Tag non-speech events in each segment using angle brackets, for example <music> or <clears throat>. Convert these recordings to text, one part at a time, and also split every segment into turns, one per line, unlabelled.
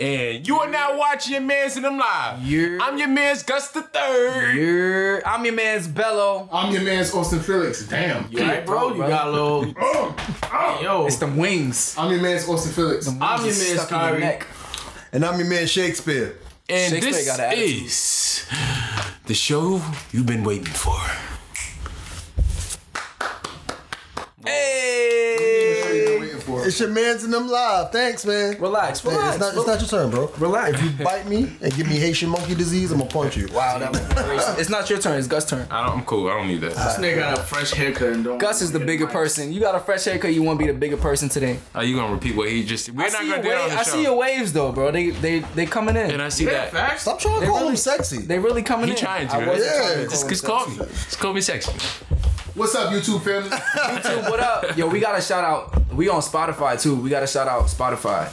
And you are now watching your man's in them live.
You're-
I'm your man's Gus the Third.
You're, I'm your man's Bello.
I'm your man's Austin Felix. Damn.
You right, bro? You got
<laughs>
a little. Yo,
It's them wings.
I'm your man's Austin Felix.
I'm your man,
Stuck in your
Kyrie.
neck.
And I'm your man Shakespeare.
And
Shakespeare
this
got an attitude.
is the show you've been waiting for.
Hey.
It's your man's and them live. Thanks, man.
Relax,
Hey,
relax.
it's, not, it's not your turn, bro.
Relax.
If you bite me and give me Haitian monkey disease, I'm gonna punch you.
Wow, that was racist. It's not your turn. It's Gus' turn.
I don't, I'm cool. I don't need that.
This nigga got a fresh haircut and don't.
Gus is the bigger person. You got a fresh haircut. You want to be the bigger person today.
Are you gonna repeat what he just? We're
I
not
see,
gonna
your
do that on
wave,
the
I
show.
see your waves though, bro. They they they coming in.
and I see
Yeah,
that.
facts.
Stop trying to
They
call
really-
him sexy.
They really coming
He
in.
trying to,
I
right?
wasn't
Yeah.
trying to
Just-
call
Just
him
call
sexy.
me. Just call me sexy.
What's up, YouTube family?
Dude, what up? Yo, we got a shout out. We on Spotify too. We got a shout out Spotify.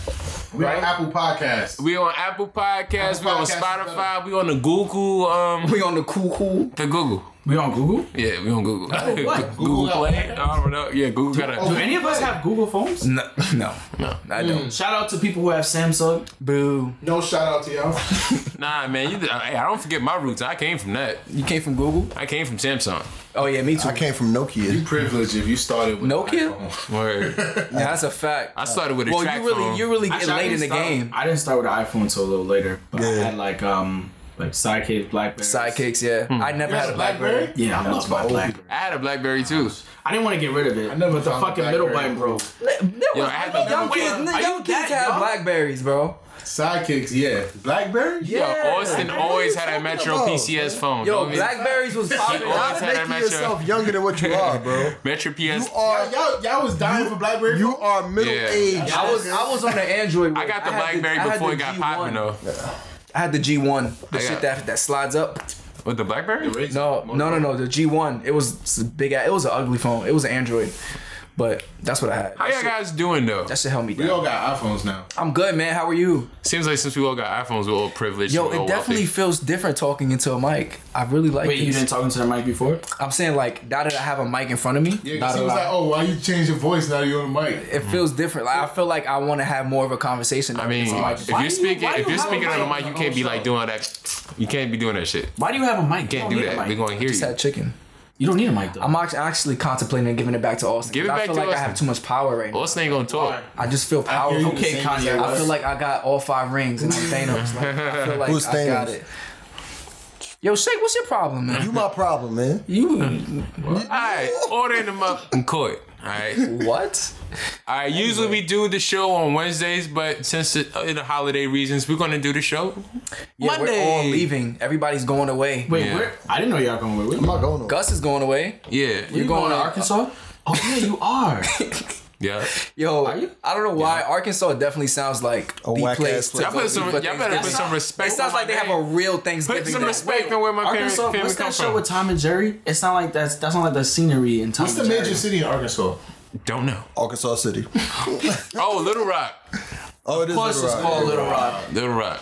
We on Apple Podcasts.
We on Apple Podcasts.
Apple
we on
Podcasts is
Spotify.
better.
We on the Google. Um,
We on the cool cool.
the Google.
We on Google?
Yeah, we on Google.
what?
<laughs> Google,
Google
Play. I don't know. Yeah, Google got
Do
a.
Oh.
any of us have Google phones?
No, <laughs> no, no, I don't.
Shout out to people who have Samsung.
Mm. Boo.
No shout out to y'all.
Nah, man. You, hey, I don't forget my roots. I came from that.
You came from Google?
I came from Samsung.
Oh yeah, me too.
I came from Nokia.
Privilege if you started with
Nokia?
Word.
Yeah, that's a fact.
I started with a
well,
track
Oh, you really,
phone.
you really get
Actually, I
late in
didn't
the
start-
game.
I didn't start with an iPhone until a little later, but I
Yeah.
had like um like sidekicks, blackberry.
Sidekicks, yeah.
Hmm.
I never had a BlackBerry.
Yeah, that was my blackberry.
I had a BlackBerry too.
I didn't want to get rid of it. I
never
but the
found a
fucking middle
BlackBerry.
button broke.
Yo, I had the
Young kids,
Are
young
you
kids
that
have
young?
Blackberries, bro.
Sidekicks, yeah. Blackberry?
Yo, Austin always had that
talking
Metro
about?
PCS phone.
Yo,
dog. <laughs>
Blackberries was
always
popular.
had
Stop
that
making
match
yourself <laughs> younger than what you are, bro.
Metro PS.
You are,
Y'all, y'all was dying for Blackberry?
you are middle
Yeah.
aged.
I was, I was on the Android.
I got the BlackBerry before it got popping though.
I had the G1, the
I got-
shit that that slides up.
With the BlackBerry?
No, no, no, no. The G1. It was s- big. a- It was an ugly phone. It was an Android, but that's what I had.
How y'all guys doing though?
That should help me
we
down.
all got iPhones now.
I'm good, man. How are you?
Seems like since we all got iPhones, we're all privileged.
Yo,
we're all
it definitely
wealthy.
feels different talking into a mic. I really like
Wait, you
this.
didn't talk into the mic before?
I'm saying like now that I have a mic in front of me,
Yeah,
not
'cause
a
he was
lot.
like, oh, why you change your voice now you're on the mic?
it feels different. Like I feel like I want to have more of a conversation.
Mm-hmm. I mean, if
Why
you're
you-
speaking,
why
if
you
you're
have a
speaking on the
mic
mic, you
on
can't
the
be
whole
like
show?
doing all that. You can't be doing that shit.
Why do you have a mic?
Can't do that. We're gonna hear
just
you.
had chicken.
You don't need a mic though.
I'm act- actually contemplating giving it back to Austin.
Give it
'cause I
back
feel
to
like I
Austin.
have too much power right now.
Austin ain't gonna talk.
I just feel
You're
powerful.
the same
Kanye
as I
West.
I
was.
feel like I got all five
<laughs>
rings and I'm Thanos. Like, I feel like
Who's
I got
Thanos?
it. Yo, Shake, what's your problem, man?
You my problem, man.
<laughs>
You
Alright, ordering them up in court. Alright.
what?
Alright, usually we do the show on Wednesdays, but since the, uh, the holiday reasons, we're gonna do the show.
Yeah,
Monday.
we're all leaving. Everybody's going away.
Wait,
Yeah.
where? I didn't know y'all going where.
I'm not going nowhere.
Gus is going away.
Yeah.
You're going, to Arkansas.
Arkansas? Oh yeah, you <laughs> are.
Yeah.
<laughs> Yo,
you?
I don't know why Arkansas definitely sounds like
A
the
whack-ass
place. To
place.
Y'all,
go
put some,
eat
y'all better
for
put
Thanksgiving.
some respect.
It sounds
on
like
Oh my
they have a
name.
real Thanksgiving.
Put some
there.
respect on where my parents
Arkansas.
family
What's
come
that show
from.
with Tom and Jerry? It's not like that's that's not like the scenery in Tom.
What's the
and
major
Jerry.
city in Arkansas?
Don't know.
Arkansas City.
Oh, Little Rock.
Oh, it is.
Plus,
Little
it's
Rock.
called Little Rock.
Little Rock.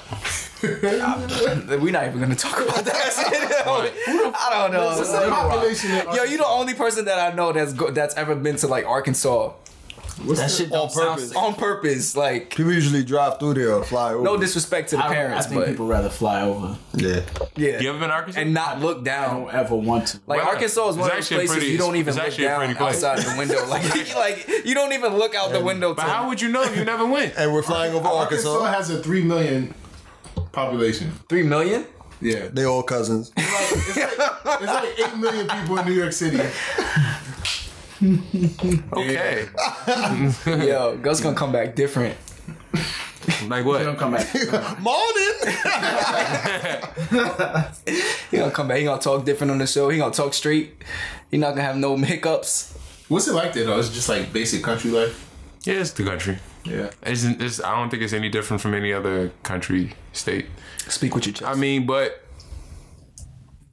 We're not even gonna talk
<laughs>
about that. I don't know.
Population in
Yo, you the only person that I know that's go- that's ever been to like Arkansas
That shit don't
on
sound
purpose.
safe.
on purpose. Oh, Like,
People usually drive through there or fly over.
no disrespect to the
I,
parents,
I think
but
people rather fly over.
yeah.
yeah,
You ever been to Arkansas?
and not look
I
down.
don't ever want to.
Like
Wow.
Arkansas is
It's
one of those
actually
places
pretty-
you don't even
it's
look
actually a
down
pretty place.
outside the window. Like, <laughs> like you don't even look out the window.
but
to-
how would you know if you never went?
<laughs> And we're flying over Arkansas.
Arkansas has a 3 million population.
Three million?
<laughs>
Yeah.
They all cousins.
It's like 8 million people in New York City.
Okay.
Yo, Gus gonna come back different.
Like
Don't <laughs>
what?
come back.
<laughs> Morning.
He gonna come back. He gonna talk different on the show. He gonna talk straight. He not gonna have no <laughs> hiccups.
What's it like there though? It's just like basic country life.
Yeah, it's the country.
Yeah.
It's, it's, I don't think it's any different from any other country, state.
Speak with your chest.
I mean, but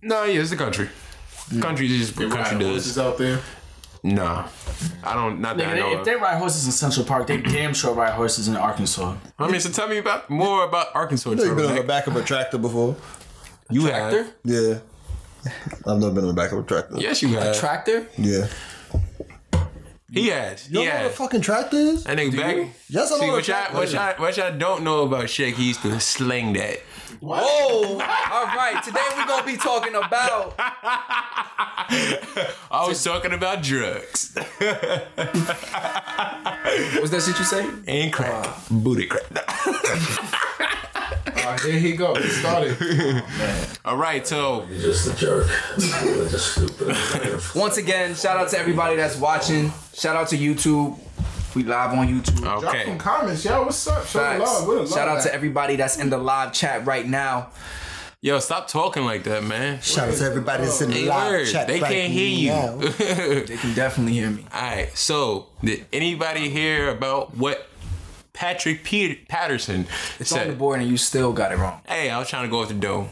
no, yeah, it's the country. Country is just what country does.
Horses out there.
Nah, I don't. Not that I know.
if
of.
they ride horses in Central Park, they damn sure ride horses in Arkansas.
I mean, so tell me about more about Arkansas.
They've been on the
Turtleneck.
back of a tractor before.
You
tractor?
have?
Yeah. I've never been on the back of a tractor.
Yes, you have.
Tractor?
Yeah.
He has.
You
He
don't know what a
has.
fucking tractor is?
That nigga back.
Yes, I
See,
know what a
what y'all,
tractor
what,
is.
y'all, what y'all don't know about Shaq, he used to sling that.
Whoa! Oh, All right, today we're gonna be talking about
I was talking about drugs
what's that shit you say?
and crack,
Ah.
booty crack.
Alright, there he go. He
<laughs>
started.
All right, so
just a jerk. You're just stupid.
Once again, shout out to everybody that's watching. Shout out to YouTube. We live on YouTube.
Drop
okay,
some comments, y'all. What's up? Show
Facts.
love. We'll love
Shout out
that.
to everybody that's in the live chat right now.
yo, stop talking like that, man.
Shout out to everybody that's in the
Hey,
live
word.
chat.
They
right
can't hear
now.
you.
They can definitely hear me.
All right, so did anybody hear about what Patrick Pe- Patterson
It's on the
said?
board and you still got it wrong.
Hey, I was trying to go with the dome.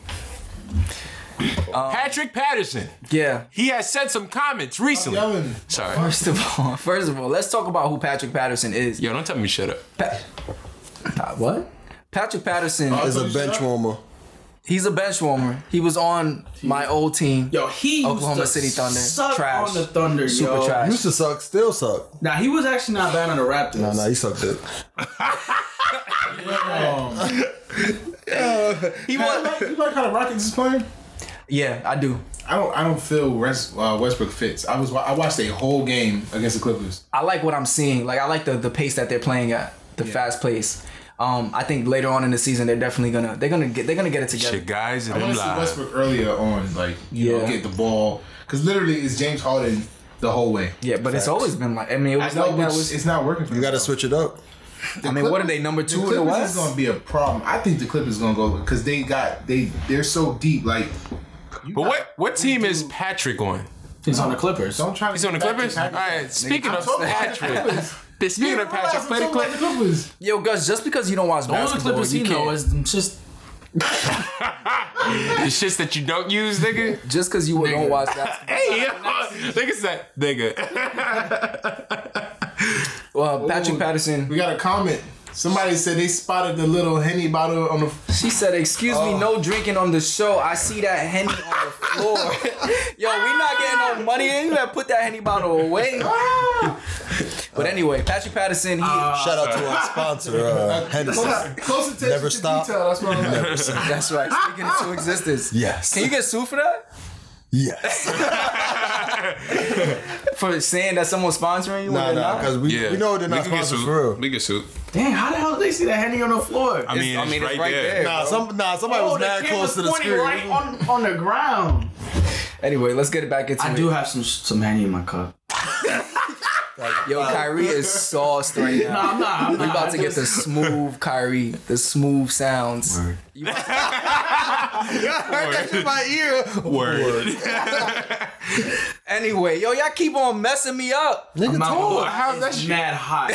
Patrick Patterson.
Yeah.
He has said some comments recently.
yelling.
Sorry.
First of all, <laughs> first of all, let's talk about who Patrick Patterson is.
Yo, don't tell me to shut up.
Pa- Pa- what? Patrick Patterson.
As a bench warmer.
he's a bench warmer. He was on my old team.
Yo, he
Oklahoma
used to
City Thunder.
Suck
Trash.
on the Thunder,
Super
yo.
trash.
Used to suck, still suck.
Now he was actually not bad on the Raptors.
Nah, nah, he sucked it.
He
You
won.
like, you like how the Rockets is playing?
Yeah, I do.
I don't. I don't feel West, uh, Westbrook fits. I was. wa- I watched a whole game against the Clippers.
I like what I'm seeing. Like I like the the pace that they're playing at, the fast pace. Um, I think later on in the season they're definitely gonna they're gonna get they're gonna get it together.
Shit, guys, and
I
I'm
want to see
live.
Westbrook earlier on, like you know,
Yeah.
get the ball because literally it's James Harden the whole way.
Yeah, but it's always been like I mean it
I
was
know,
like
but
that was.
it's not working. For
You gotta switch it up.
I mean, what are they number two
the
in the
Clippers
West?
is gonna be a problem. I think the Clippers gonna go because they got they they're so deep. Like, you
But
got-
what what team is
do-
Patrick on?
He's on the Clippers.
Don't try.
He's on the Clippers. All right. Speaking of
talking about the
Patrick,
Clippers.
<laughs> speaking of Patrick, play the
Clippers.
clip.
Clippers.
Yo, Gus, just because you don't watch
All the
basketball,
Clippers
you
he
can't.
know is just
The shits that you don't use, nigga.
just because you don't watch
<laughs>
basketball,
Hey, yo, nigga said, nigga.
well, uh, Patrick
Ooh.
Patterson,
We got a comment. Somebody said they spotted the little henny bottle on the.
she said, "Excuse me, no drinking on the show. I see that henny on the floor. <laughs> Yo, we not getting no money. You better put that henny bottle away." but anyway, Patrick Patterson, he
Shout out to our <laughs> sponsor, uh, Henderson.
Close attention
Never
to
stop.
detail. That's what I'm like.
That's right. Speaking into existence.
Yes.
Can you get sued for that?
<laughs> Yes.
For saying that someone's sponsoring you?
Nah,
when they're
nah,
not?
because we,
Yeah,
we know they're
we
not
can get
sponsors
sued.
for real.
We get sued.
dang. How the hell did they see that Henny on the floor?
I mean,
I
it's,
mean,
right, there.
Nah, some, nah, somebody
oh,
was
the
mad close
camera's
to the
pointing
screen.
right on, on the ground.
Anyway, let's get it back into
I
it.
do have some some Henny in my cup.
Yo, Kyrie is sauced right now.
I'm not. I'm
We
not.
about to
<laughs>
get the smooth Kyrie, the smooth sounds.
my ear.
Word.
Anyway, yo, y'all keep on messing me up.
Nigga told.
How that Oh, mad hot.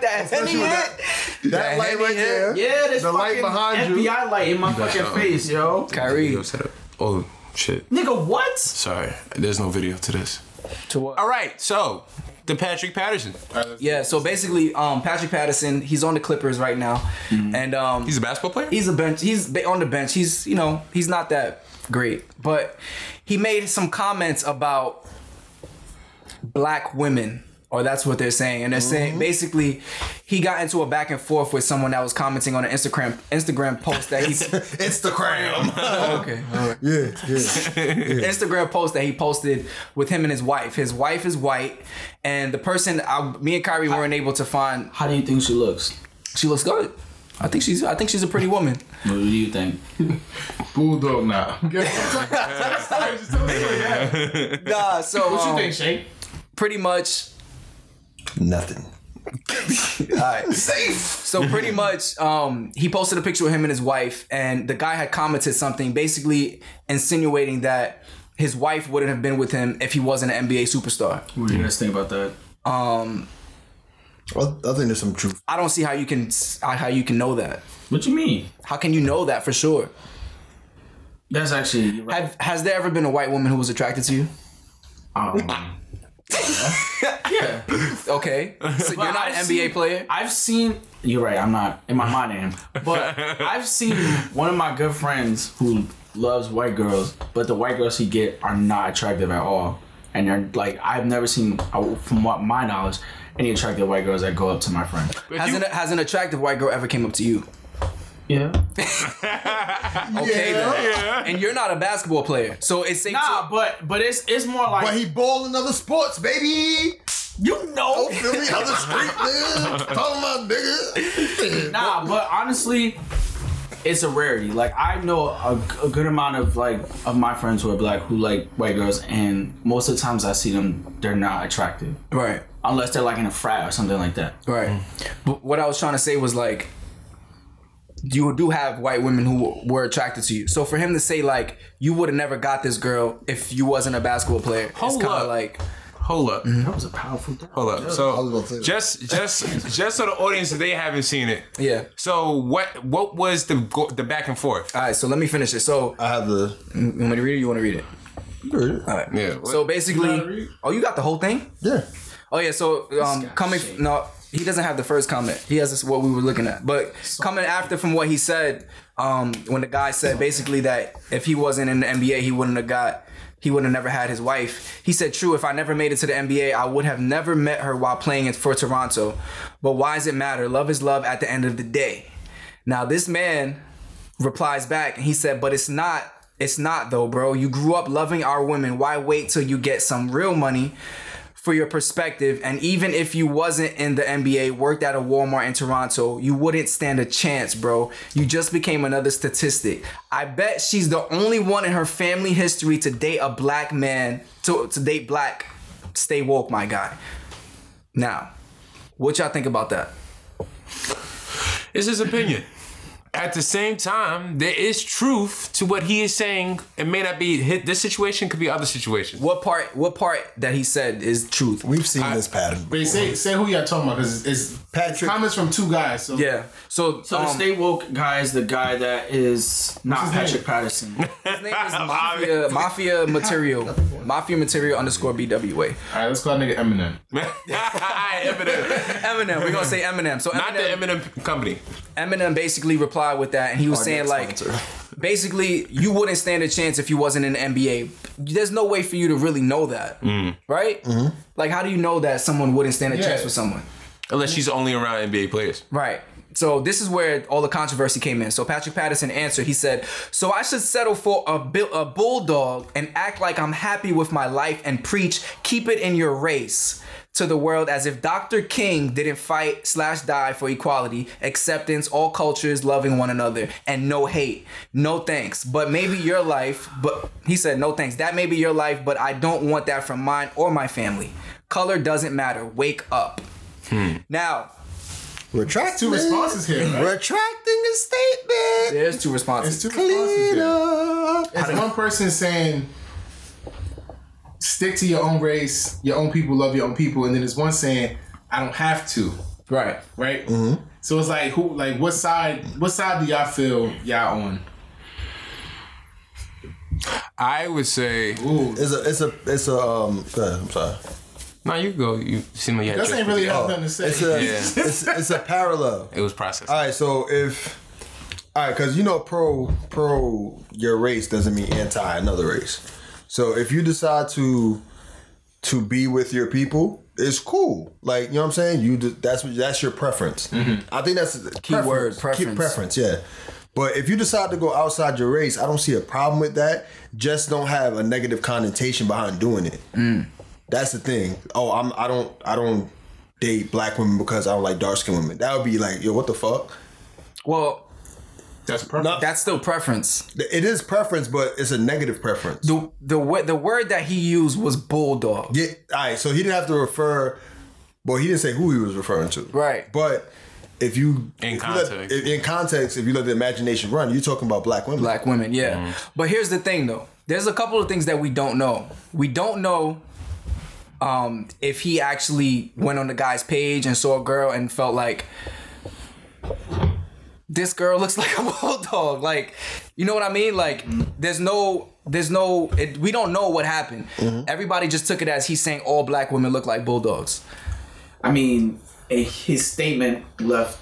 That Henny hit.
That light
Henny hit.
right there.
yeah, this
The light
fucking
behind you.
FBI light in my fucking
all.
face, yo.
Kyrie.
Yo, set up. Oh shit.
Nigga, what?
Sorry, there's no video to this.
To what?
All right, so the Patrick Patterson.
Yeah, so basically, um, Patrick Patterson, he's on the Clippers right now. And um
He's a basketball player.
he's a bench. He's ba- on the bench. He's you know he's not that great, but he made some comments about black women, or that's what they're saying, and they're saying basically he got into a back and forth with someone that was commenting on an Instagram Instagram post that he
Instagram.
okay
yeah, <laughs> yeah.
Instagram post that he posted with him and his wife. His wife is white, and the person I, me and Kyrie weren't able to find.
How do you think she looks?
She looks good. I think she's I think she's a pretty woman.
What do you think?
Bulldog now. What
<laughs> Nah, so um,
Shane?
pretty much
Nothing.
uh, <laughs> So pretty much, um, he posted a picture with him and his wife, and the guy had commented something, basically insinuating that his wife wouldn't have been with him if he wasn't an NBA superstar.
What do you guys think about that?
I, I think there's some truth.
I don't see how you can how you can know that.
What you mean?
How can you know that for sure?
That's actually you're right.
Have, has there ever been a white woman who was attracted to you?
Um, yeah.
Okay, so you're not an NBA
I've seen-
player.
I've seen. You're right. I'm not in my mind. I am, <laughs> but I've seen one of my good friends who loves white girls, but the white girls he get are not attractive at all. and they're like I've never seen, uh, from what my knowledge, any attractive white girls that go up to my friend.
But
Has
you,
an, has an attractive white girl ever came up to you?
Yeah.
Okay, then. And you're not a basketball player, so it's safe.
Nah, but but it's it's more like
But he ball in other sports, baby.
you know.
Don't feel me, other
<laughs>
street, man. Talking about nigga.
Nah, but honestly, it's a rarity. Like I know a, a good amount of like of my friends who are black who like white girls, and most of the times I see them, they're not attractive
to, right,
unless they're like in a frat or something like that.
right. But what I was trying to say was like, you do have white women who were attracted to you. So for him to say like, you would have never got this girl if you wasn't a basketball player,
Hold
it's kind
up.
of like
hold up,
Mm-hmm.
That was a powerful. thing.
Oh,
hold up.
I was gonna say
So
that.
just just just so the audience if they haven't seen it.
yeah.
So what what was the go- the back and forth?
All right, so let me finish it. So um,
I have the.
you want me to read it? You want to read it? All right.
Yeah.
So basically, oh, you got the whole thing.
Yeah.
Oh yeah, so um, coming no, he doesn't have the first comment. He has this, what we were looking at, but coming after from what he said, um, when the guy said basically that if he wasn't in the NBA, he wouldn't have got, he would have never had his wife. He said, "True, if I never made it to the NBA, I would have never met her while playing it for Toronto. But why does it matter? Love is love at the end of the day." Now this man replies back and he said, "But it's not." It's not though, bro. You grew up loving our women. Why wait till you get some real money for your perspective. And even if you wasn't in the NBA, worked at a Walmart in Toronto, you wouldn't stand a chance, bro. You just became another statistic. I bet she's the only one in her family history to date a black man, to, to date black. Stay woke, my guy. Now, what y'all think about that?
It's his opinion. At the same time, there is truth to what he is saying. It may not be hit. This situation could be other situations.
What part? What part that he said is truth?
We've seen this pattern.
Wait, say say who y'all talking about because it's, it's
Patrick.
comments from two guys. So
Yeah. So,
So
um,
the stay woke guy is the guy that is
his
not
name?
Patrick Patterson.
his name
<laughs>
is Mafia, Mafia Material. Mafia Material underscore BWA.
All right, let's call that nigga Eminem.
<laughs> Eminem,
Eminem. We're gonna say Eminem. So
not the Eminem company.
Eminem basically replied with that, and he was saying like, basically, you wouldn't stand a chance if you wasn't in the NBA. There's no way for you to really know that,
Mm.
right? Like, how do you know that someone wouldn't stand a
Yeah.
chance with someone,
Unless she's only around NBA players.
right? So this is where all the controversy came in. So Patrick Patterson answered. He said, "So I should settle for a bu- a bulldog and act like I'm happy with my life and preach keep it in your race." To the world as if Dr. King didn't fight slash die for equality, acceptance, all cultures loving one another, and no hate. No thanks. But maybe your life, but he said, no thanks. That may be your life, but I don't want that from mine or my family. Color doesn't matter. Wake up. Now,
Retracting.
Two responses here, right?
Retracting a statement.
there's two responses.
It's two responses
Clean
here.
up.
It's one person saying stick to your own race, your own people, love your own people, and then there's one saying I don't have to,
Right.
right?
Mm-hmm.
So it's like who, like what side, what side do y'all feel y'all on?
I would say.
Ooh,
It's a. It's a. It's a. Um. uh, I'm sorry.
No, you go. You see my.
this ain't really
Oh,
have nothing to say.
It's a.
Yeah.
<laughs> It's, it's a parallel.
It was processed.
All right. So if. All right, because you know, pro pro your race doesn't mean anti another race. So if you decide to to be with your people, it's cool. Like you know what I'm saying. You d- that's what- that's your preference. I think that's key
word, preference.
preference. Yeah. But if you decide to go outside your race, I don't see a problem with that. Just don't have a negative connotation behind doing it.
Mm.
That's the thing. Oh, I'm I don't I don't date black women because I don't like dark skinned women. That would be like, yo, what the fuck?
Well,
That's perfect.
Not-
that's still preference.
It is preference, but it's a negative preference.
The the word the word that he used was bulldog.
Yeah, all right. So he didn't have to refer. Well, he didn't say who he was referring to.
Right.
But if you
In
if you let-
context.
if- in context, if you let the imagination run, you're talking about black women.
Black women, yeah. But here's the thing though. There's a couple of things that we don't know. We don't know um if he actually went on the guy's page and saw a girl and felt like this girl looks <laughs> like a bulldog. Like, you know what I mean? Like, there's no, there's no, it, we don't know what happened. Everybody just took it as he's saying all black women look like bulldogs.
I mean, a, his statement left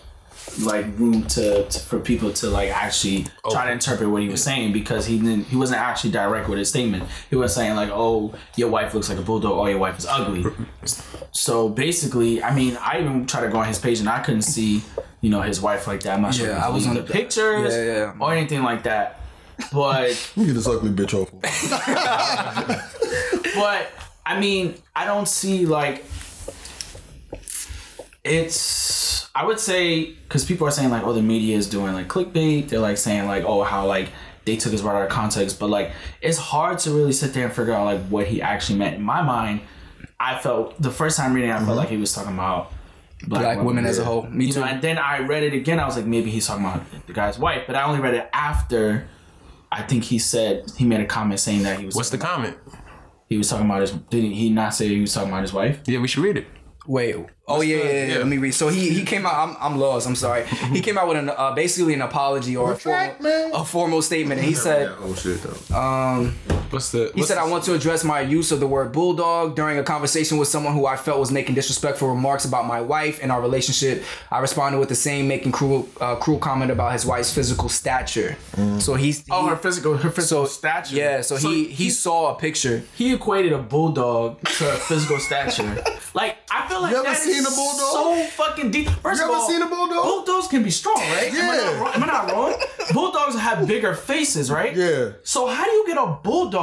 like room to, to for people to like actually try to interpret what he was saying because he didn't he wasn't actually direct with his statement. He was saying like, "Oh, your wife looks like a bulldog. or your wife is
<laughs>
ugly." so basically, I mean, I even tried to go on his page and I couldn't see, you know, his wife like that. I'm not sure
Yeah,
if
I
it
was
in
on
the
the-
pictures
yeah, yeah.
or anything like that. But
Let me get this ugly bitch off.
<laughs>
but I mean, I don't see like it's. I would say because people are saying like, oh, the media is doing like clickbait. They're like saying like, oh, how like they took his right out of context. But like, it's hard to really sit there and figure out like what he actually meant. In my mind, I felt the first time reading, I felt like he was talking about black,
Mm-hmm. Black women as a whole. Me
you
too.
know, and then I read it again. I was like, maybe he's talking about the guy's wife, but I only read it after. I think he said he made a comment saying that he was.
What's the comment?
He was talking about his. Did he not say he was talking about his wife?
Yeah, we should read it.
Wait. Oh yeah, yeah, yeah,
yeah.
Let me read. So he he came out. I'm, I'm lost. I'm sorry. He came out with an uh, basically an apology or a formal, a formal statement, and he said
Oh shit though.
What's the?
He said, I want to address my use of the word bulldog during a conversation with someone who I felt was making disrespectful remarks about my wife and our relationship. I responded with the same, making cruel, uh, cruel comment about his wife's physical stature. So he's.
Oh, her physical, her physical stature.
Yeah, so, he, he saw a picture.
he equated a bulldog to a
<laughs>
physical stature. Like I feel like
You
that
ever
is
seen a bulldog?
so fucking deep. First
You
of
ever
all,
seen a bulldog?
Bulldogs can be strong, right? Am I not
Yeah.
wrong- Am I not wrong? Bulldogs have bigger faces, right?
Yeah.
So how do you get a bulldog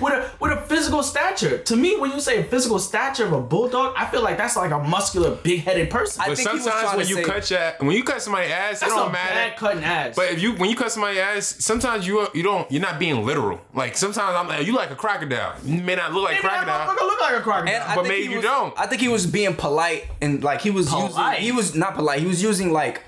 with a with a physical stature? To me, when you say physical stature of a bulldog, I feel like that's like a muscular, big headed person.
I
But
think he was
sometimes
trying
when
to
you
say-
cut your when you cut somebody's ass,
that's
it don't
a
matter.
bad cutting ass.
But if you when you cut somebody's ass, sometimes you are- you don't you're not being literal. Like sometimes I'm like you like a crocodile. You may not look like
Maybe that
crocodile.
motherfucker look like a crocodile.
And I
But
think
maybe
he
you
was-
don't.
I think he was being polite and like he was
Polite?
using. He was not polite. He was using like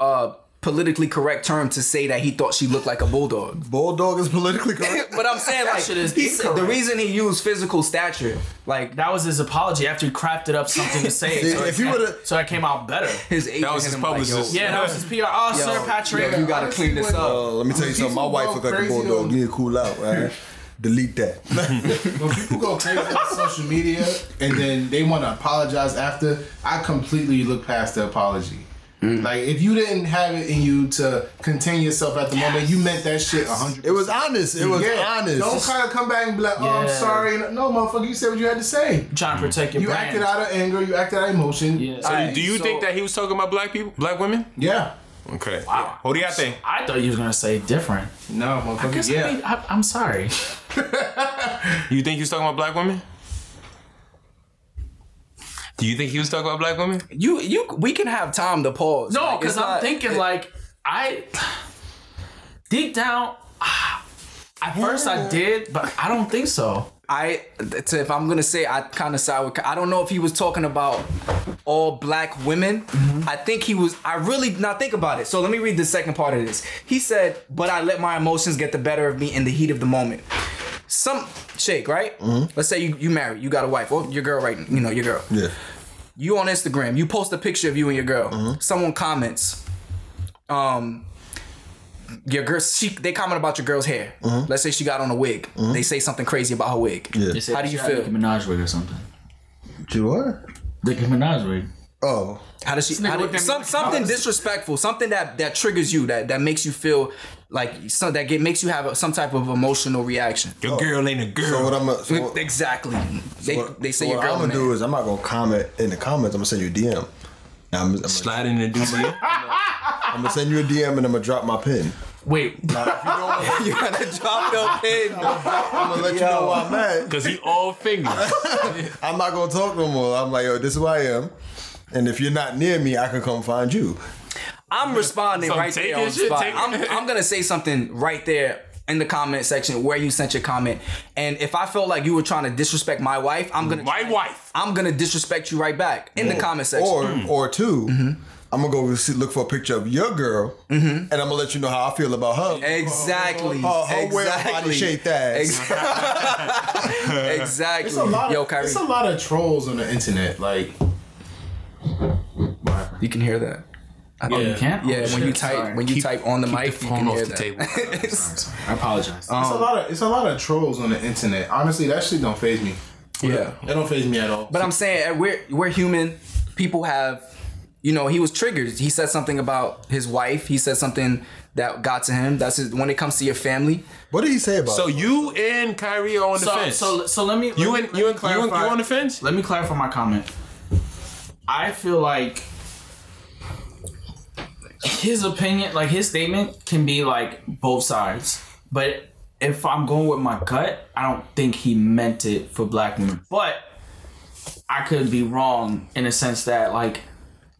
uh, politically correct term to say that he thought she looked like a bulldog.
Bulldog is politically
<laughs>
correct.
But I'm saying like
shit is
he said- the
incorrect.
reason he used physical stature, like
That was his apology after he crafted up something to
<laughs>
say.
See,
so
if
if
he
you would
would've-
so it came out better.
his agent
was his
him, like, yo,
publicist.
Yeah, that was his PR. Oh,
Yo,
Sir Patrick.
yo, you gotta
honestly,
clean this
when-
up.
Uh, let me tell you something. My
People
wife
go
look like a
crazy
bulldog.
on-
You need to cool out.
<laughs>
All right? Delete that.
When people go crazy on
<laughs>
social media and then they want to apologize after, I completely look past the apology.
Mm.
Like if you didn't have it in you to contain yourself at the moment, you meant that shit hundred.
it was honest. It was honest.
Don't kind of come back and be like, "Oh, I'm
Yeah.
sorry." No, motherfucker, you said what you had to say.
Trying to protect your
You
brand.
acted out of anger. You acted out of emotion.
Yeah.
So
Alright,
do you
so-
think that he was talking about black people, black women?
Yeah.
Okay. Wow. What do y'all think?
I thought you was gonna say different.
No,
I
motherfucker.
guess
Yeah.
I mean, I, I'm
<laughs>
sorry.
You think he was talking about black women? Do you think he was talking about black women?
You you we can have time to pause.
No,
Like,
because
it's
I'm
not-
thinking like I deep down. <sighs> ah, At first, I did, but I don't think so.
I to, if I'm gonna say I kind of side with I don't know if he was talking about all black women. I think he was. I really now think about it. So let me read the second part of this. He said, "But I let my emotions get the better of me in the heat of the moment." Some shake right. Let's say you you married, you got a wife or your girl right, you know your girl.
yeah.
you on Instagram, you post a picture of you and your girl.
Mm-hmm.
Someone comments, um, your girl, she, they comment about your girl's hair. Let's say she got on a wig. They say something crazy about her wig.
Mm-hmm. Yeah.
They said
How do you
she had
feel?
Nicki Minaj wig or something.
You what?
Nicki Minaj wig.
Oh.
How does she?
nigga
How
looked
do,
at me
some,
like,
something
"Oh, this-"
disrespectful, something that that triggers you, that that makes you feel like so that get, makes you have a, some type of emotional reaction.
Your girl ain't a girl.
So what I'm gonna so what-
Exactly. They
what-
they say
so
your
what
girl.
I'm gonna do is I'm not gonna comment in the comments. I'm gonna send you a DM. Now I'm, I'm, gonna,
Slide in the
<laughs>
DM.
I'm gonna send you a DM and I'm gonna drop my pin.
Wait,
<laughs>
you gotta <laughs> drop your
<laughs>
pin.
I'm gonna let you know where I'm at.
Cause he all fingers.
I'm not gonna talk no more. I'm like, yo, this is who I am. And if you're not near me, I can come find you.
I'm
<laughs>
responding
So
right
take it,
there on the
shit,
spot.
take it.
I'm, I'm gonna say something right there in the comment section where you sent your comment. And if I felt like you were trying to disrespect my wife, I'm gonna
My wife.
I'm gonna disrespect you right back in the comment section.
Or
Mm.
or 2 i
Mm-hmm.
I'm gonna go see, look for a picture of your girl, and I'm gonna let you know how I feel about her.
Exactly.
Oh, her well body
exactly.
shaped ass.
Ex- <laughs> exactly.
It's a lot. Of,
Yo, Kyrie,
It's a lot of trolls on the internet. Like,
you can hear that.
oh, you can't.
Yeah,
Oh,
when
shit,
you type
sorry.
when you type on the
Keep
mic,
the
you
phone
can
off
hear
the
that. <laughs>
table.
I apologize.
Um,
it's a lot of it's a lot of trolls on the internet. Honestly, that shit don't phase me.
yeah.
That don't phase me at all.
uh, But I'm saying eh, we're we're human. People have you know, he was triggered. He said something about his wife. He said something that got to him. That's his, when it comes to your family.
What did he say about?
So
it?
you and Kyrie are on the
So,
fence.
so, so let me. Let
you
me-
and
let
you
me
and you, and, you
clarify-
on the fence?
Let me clarify my comment. I feel like his opinion, like his statement, can be like both sides. But if I'm going with my gut, I don't think he meant it for black women. But I could be wrong in a sense that, like,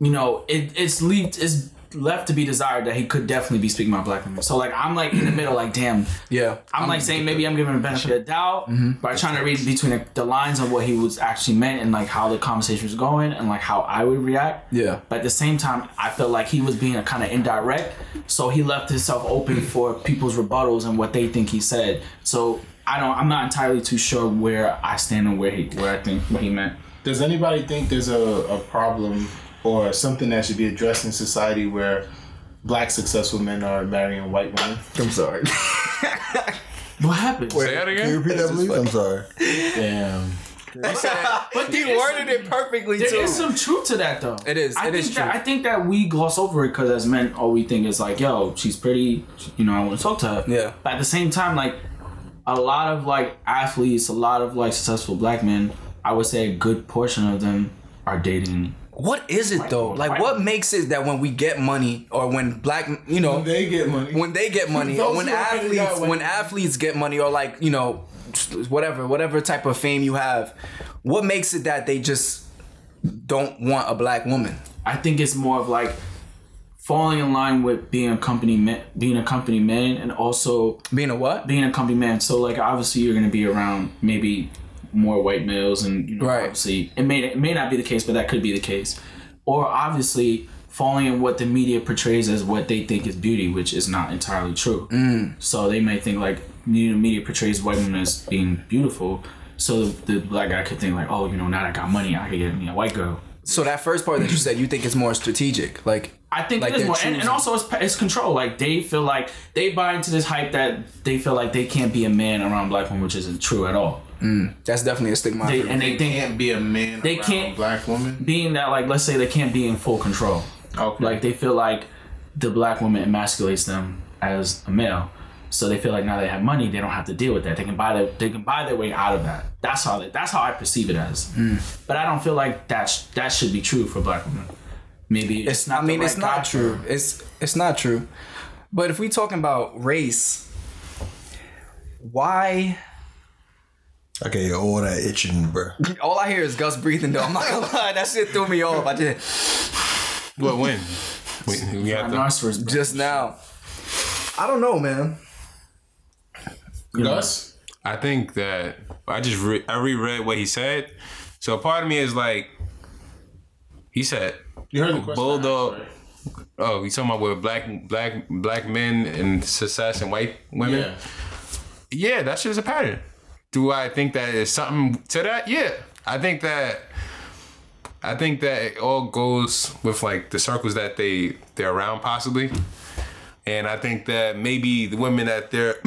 you know, it, it's leaked, it's left to be desired that he could definitely be speaking about black women. So, like, I'm like in the middle, like, damn,
Yeah.
I'm like saying maybe I'm giving him benefit of doubt
Mm-hmm.
by trying to read between the, the lines of what he was actually meant and like how the conversation was going and like how I would react.
Yeah.
But at the same time, I felt like he was being a kind of indirect, so he left himself open
Mm-hmm.
for people's rebuttals and what they think he said. So I don't. I'm not entirely too sure where I stand and where he where I think what he meant.
Does anybody think there's a, a problem or something that should be addressed in society where black successful men are marrying white women?
I'm sorry.
<laughs> What happened?
Say that
Can you
again.
repeat that, please? I'm sorry.
Damn.
<laughs>
but
he
there is some-
worded it perfectly
There
too.
is some truth to that, though.
It is.
I
It
think
is
that,
true.
I think that we gloss over it because as men, all we think is like, "Yo, she's pretty. You know, I want to talk to her."
Yeah.
But at the same time, like a lot of like athletes, a lot of like successful black men, I would say a good portion of them are dating.
what is it though? Like,
Right.
what makes it that when we get money or when black, you know,
They get money.
when they get money or
Those
when
who already got
athletes
money.
when athletes get money or like you know whatever whatever type of fame you have what makes it that they just don't want a black woman
I think it's more of like falling in line with being a company man, being a company man, and also
being a what
being a company man, so like obviously you're gonna be around maybe more white males, and you know,
Right.
obviously it may it may not be the case, but that could be the case. Or obviously falling in what the media portrays as what they think is beauty, which is not entirely true.
Mm.
So they may think like you know, media portrays white women as being beautiful. So the, the black guy could think like, oh, you know, now that I got money, I could get me a white girl.
so that first part that you said you think is more strategic like
I think
Like
it is
they're
more, and, and
choosing.
also it's, it's control. Like they feel like they buy into this hype that they feel like they can't be a man around black women, which isn't true at all.
that's definitely a stigma
They, and they think
can't be a man.
They
around
can't-
a black woman.
being that like let's say they can't be in full control
Okay.
like they feel like the black woman emasculates them as a male so they feel like now they have money they don't have to deal with that they can buy their they can buy their way out of that that's how they, that's how i perceive it as
Hmm.
but i don't feel like that's that should be true for black women maybe it's,
it's
not
i mean
the right
it's not
guy.
true it's it's not true but if we talking about race why
I can hear all that itching, bro.
all i hear is gus breathing though i'm not gonna <laughs> lie that shit threw me off i did
What when? <laughs> We, we got the,
Rhinoceros, bro.
just now i don't know man
Gus?
I think that I just re- I reread what he said. So part of me is like, he said,
You heard the question.
Bulldog. "Oh, you talking about with black black black men and success and white women?"
Yeah.
yeah, that shit is a pattern. Do I think that is something to that? Yeah, I think that. I think that it all goes with like the circles that they they're around possibly, and I think that maybe the women that they're. <clears throat>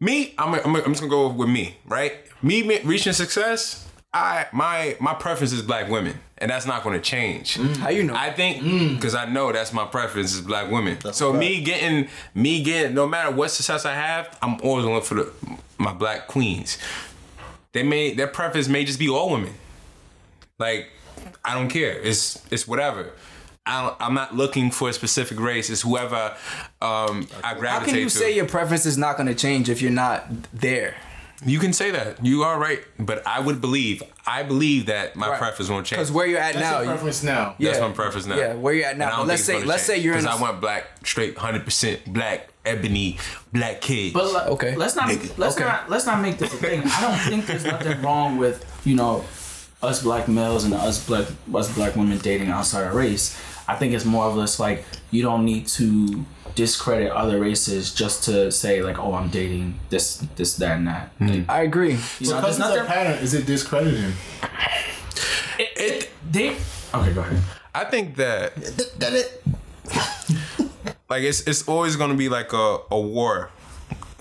me, I'm, I'm I'm just gonna go with me, right? Me me- reaching success. I my my preference is black women, and that's not gonna change.
How you know?
I
Hmm.
think because I know that's my preference is black women. so me getting me getting no matter what success I have, I'm always going for the my black queens. They may their preference may just be all women. Like I don't care. It's it's whatever. I don't, I'm not looking for a specific race. It's whoever um, I gravitate
How can you
to.
say your preference is not going to change if you're not there?
you can say that. You are right, but I would believe. I believe that my
Right.
preference won't change.
Because where you're at
That's
now,
your preference now.
That's
Yeah.
my preference now.
Yeah, where you at now. But let's say- let's say you're in
because
a-
I want black, straight, hundred percent black, ebony, black kids.
But like,
Okay.
let's not
Nigga.
let's
Okay.
not let's not make this a thing. I don't think there's nothing wrong with you know us black males and us black us black women dating outside our race. I think it's more of less like you don't need to discredit other races just to say like oh I'm dating this this that and that.
Mm-hmm.
I agree.
You know,
Because it's
there's
a
nothing.
pattern, is it discrediting?
It, it, they, okay, go ahead.
I think that like it's it's always gonna be like a, a war.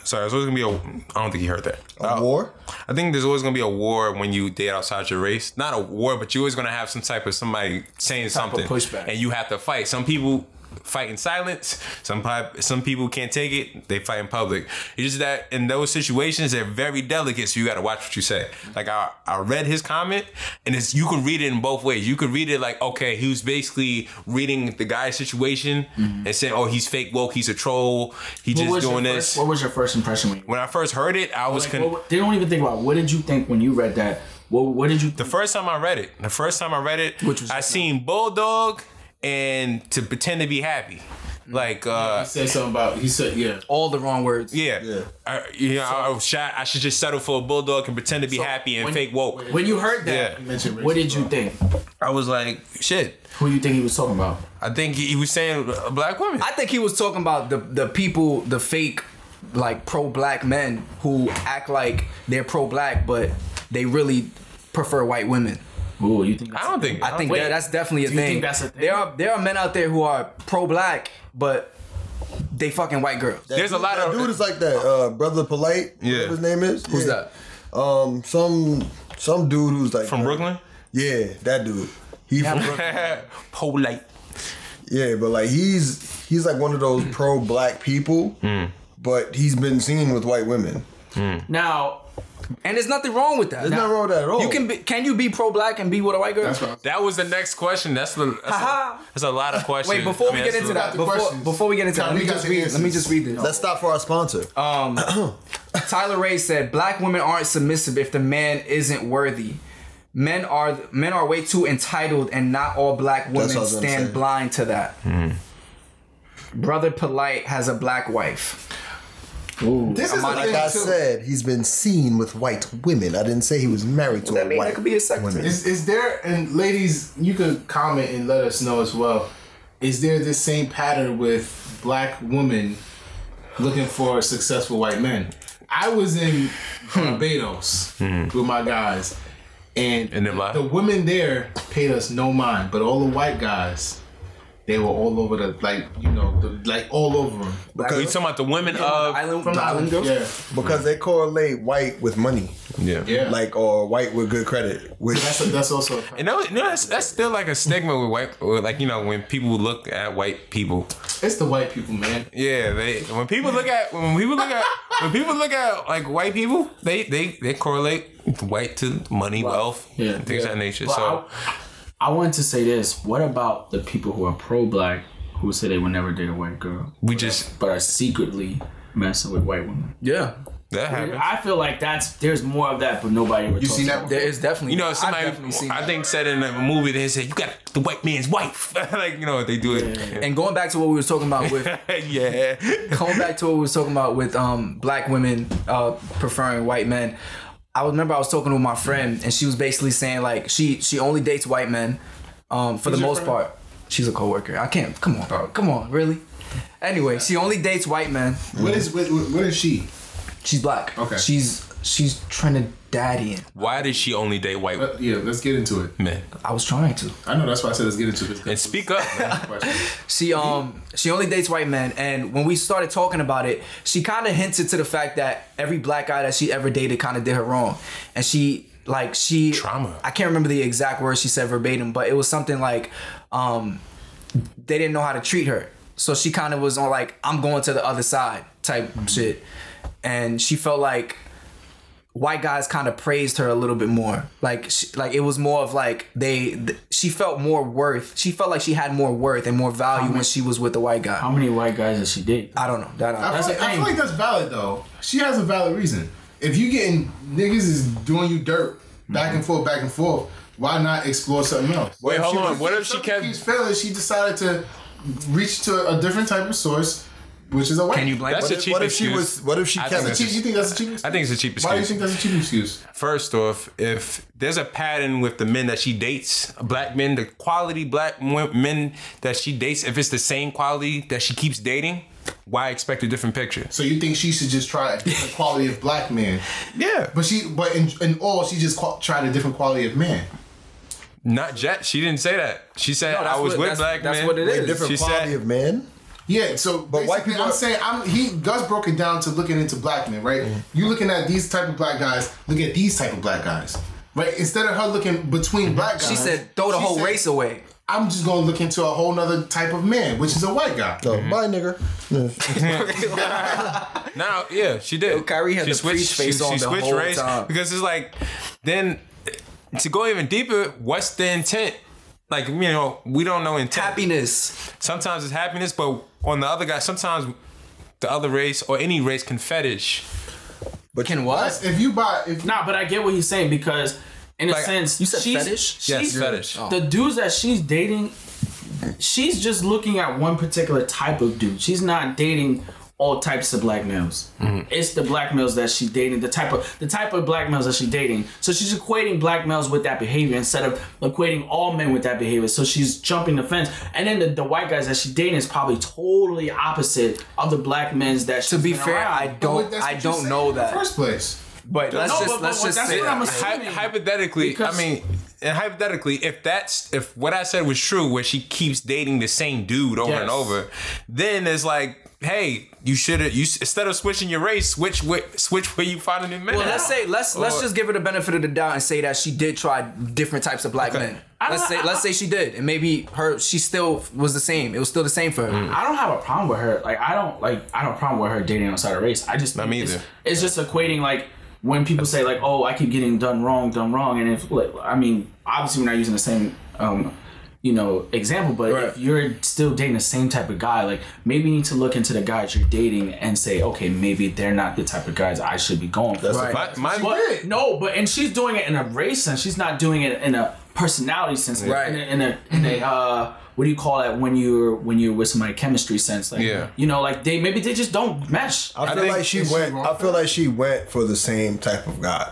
Sorry, it's always gonna be a. I don't think he heard that.
A war?
I think there's always gonna be a war when you date outside your race. Not a war, but you're always gonna have some type of somebody saying something,
pushback.
and you have to fight. Some people fight in silence. Some pi- some people can't take it. They fight in public. It's just that in those situations they're very delicate, so you gotta watch what you say. Like I, I read his comment, and it's you can read it in both ways. You could read it like, okay, he was basically reading the guy's situation and saying, oh, he's fake woke, he's a troll, he
Mm-hmm.
just
What was your
doing
first-
this.
what was your first impression when you
When I first heard it, I was
like,
con-
what, they don't even think about it. what did you think when you read that? What, what did you?
the first time I read it. The first time I read it,
Which was-
I seen bulldog and to pretend to be happy, like uh,
He said something about he said yeah.
All the wrong words.
yeah, yeah. I, you know, I, was shy- I should just settle for a bulldog and pretend to be happy and
when-
fake woke.
when you heard that,
Yeah.
Mentioned
what
racism.
did you think?
I was like, shit.
Who you think he was talking about?
I think he, he was saying uh, black women.
I think he was talking about the the people, the fake, like pro black men who act like they're pro black, but they really prefer white women.
Ooh, you think?
I don't think.
I think
Wait,
that, that's definitely a
do you
thing.
think that's a thing?
There are there are men out there who are pro black, but they fucking white girls.
There's a
dude-
lot
that
of-
dude is like that. Uh, brother polite.
Yeah.
whatever his name is.
Who's
Yeah. Um, some some dude who's like
from Brooklyn.
Yeah, that dude. He from Brooklyn.
<laughs> Polite.
Yeah, but like he's he's like one of
Hmm.
those pro black people, but he's been seen with white women.
Now,
And there's nothing wrong with that.
There's nothing wrong with that at all.
you can be, can you be pro black and be with a white girl?
That's what I was
That was the next question. That's the. That's, a,
Ha-ha.
that's a lot of questions.
Wait, before
I mean,
we get
that's
into
a-
that,
the
before,
questions.
before we get into
Nah,
that, let
we
me
got
just
the
read. Let me
answers.
just read this. Uh,
Let's stop for our sponsor.
Um,
<coughs>
Tyler Ray said, "Black women aren't submissive if the man isn't worthy. Men are men are way too entitled, and not all black women
what I was gonna
stand
say.
blind to that." Brother Polite has a black wife.
This is the
like
thing
I
too.
said, he's been seen with white women. I didn't say he was married to
That
a
mean
white
that could be a secretary.
woman.
Is is there and ladies, you could comment and let us know as well. Is there this same pattern with black women looking for successful white men? I was in Barbados with my guys, and,
And them live?
the women there paid us no mind, but all the white guys, they were all over the like you know the, like all over them.
Black
You
women
talking about the women
from the
of?
island from the island girls.
Yeah,
Hmm.
because they correlate white with money,
Yeah.
yeah.
like or white with good credit. Which
that's a, that's also. A
And that, you know, that's, that's still like a stigma with white, with, like you know, when people look at white people.
It's the white people, man.
Yeah, they when people look at when people look at when people look at like white people, they they they correlate white to money, wealth,
Yeah.
things of that nature.
Well,
so
I, I wanted to say this. What about the people who are pro-black who say they would never date a white girl,
we just
but are secretly messing with white women?
Yeah,
that happened.
I feel like that's there's more of that, but nobody. Ever you
seen that
there is definitely.
You know,
I've
somebody
definitely seen
I
that.
think said in a movie they said you got the white man's wife, <laughs> like you know they do it.
And going back to what we were talking about with
<laughs> Yeah,
going back to what we was talking about with um black women uh preferring white men i remember i was talking with my friend and she was basically saying like she she only dates white men um for the most part she's a coworker i can't come on bro come on really anyway she only dates white men
What is what, what, what is she?
she's black
Okay.
she's she's trinidadian
why does she only date white
Uh, yeah, let's get into it.
men?
i was trying to
I know that's why I said let's get into this.
And speak up. man.
<laughs>
She um she only dates white men, and when we started talking about it, she kind of hinted to the fact that every black guy that she ever dated kind of did her wrong, and she like she
Trauma.
I can't remember the exact words she said verbatim, but it was something like, um, they didn't know how to treat her, so she kind of was on like I'm going to the other side type
Mm-hmm.
shit, and she felt like white guys kind of praised her a little bit more. Like she, like it was more of like they th- she felt more worth. She felt like she had more worth and more value when she was with the white guy.
How many white guys does she date?
I don't know. That I,
I
That's
feel,
the
like, I feel
thing.
like that's valid though. She has a valid reason. If you getting niggas is doing you dirt back and forth, back and forth, why not explore something else?
Wait,
If
hold
she
on.
was-
What if she
something
kept-
keeps failing? She decided to reach to a different type of source, which is a white.
can you blame?
That's a
if-
cheap
what if she
excuse.
was? What if she
I
kept?
think
That's a cheap- you think that's a cheap excuse?
I think it's a cheap
Why do you
excuse.
think that's a cheap excuse?
First off, if there's a pattern with the men that she dates, black men, the quality black mo- men that she dates, if it's the same quality that she keeps dating, why expect a different picture?
So you think she should just try a different quality of black man?
Yeah.
But she, but in, in all, she just qu- tried a different quality of man.
Not Jet. She didn't say that. She said
No, that's
I was
what-
with
that's-
black
that's
men.
what it
a
is.
different
She
quality
said-
of man.
Yeah, so but
white people
I'm
are-
saying I'm he Gus broke it down to looking into black men, right? You looking at these type of black guys, look at these type of black guys. Right? Instead of her looking between black guys.
She said, throw the
she
whole
said,
race away.
I'm just gonna look into a whole nother type of man, which is a white guy.
So, bye, nigga.
Mm-hmm.
Yeah.
Now, yeah, she did.
Kyrie had
she
the preach face on the whole time.
because it's like then to go even deeper. What's the intent? Like you know, we don't know intent.
Happiness.
Sometimes it's happiness, but on the other guy, sometimes the other race or any race can fetish.
Can what?
If you buy if
Nah, but I get what he's saying because, in a
Like,
sense,
you said
she's-
fetish?
she's-
Yes, fetish.
The dudes that she's dating, she's just looking at one particular type of dude. She's not dating all types of black males. It's the black males that she dating, the type of the type of black males that she dating. So she's equating black males with that behavior instead of equating all men with that behavior. So she's jumping the fence. And then the, the white guys that she dating is probably totally opposite of the black men's that she's
To be
been
fair,
around.
I
Well,
don't
that's
I
what you
don't
said
know
in the
that.
first place.
But let's
No,
just
but-
let's
but
just
that's
say
what
that.
I'm
Hy-
assuming.
hypothetically,
Because-
I mean, and hypothetically, if that's if what I said was true, where she keeps dating the same dude over
Yes.
and over, then it's like, hey, you should have you s- instead of switching your race, switch wh- switch where you find a new man.
Well, let's say let's let's
Or-
just give her the benefit of the doubt and say that she did try different types of black men.
I
Let's
don't-
say
I-
let's say she did, and maybe her she still was the same. It was still the same for her.
I don't have a problem with her. Like I don't like I don't have a problem with her dating outside of race. I just
Not me either.
It's, it's just equating like when people say like, "Oh, I keep getting done wrong, done wrong," and if like, I mean, obviously we're not using the same, um, you know, example, but
Right.
if you're still dating the same type of guy, like maybe you need to look into the guys you're dating and say, okay, maybe they're not the type of guys I should be going for.
That's
my, my,
But no, but and she's doing it in a race sense. She's not doing it in a personality sense.
Right.
In a in a, in a uh, what do you call that when you're when you're with somebody chemistry sense? Like,
Yeah.
You know, like they maybe they just don't mesh.
I feel
think-
like she
is she
went.
wrong
I
for
feel like she went for the same type of guy.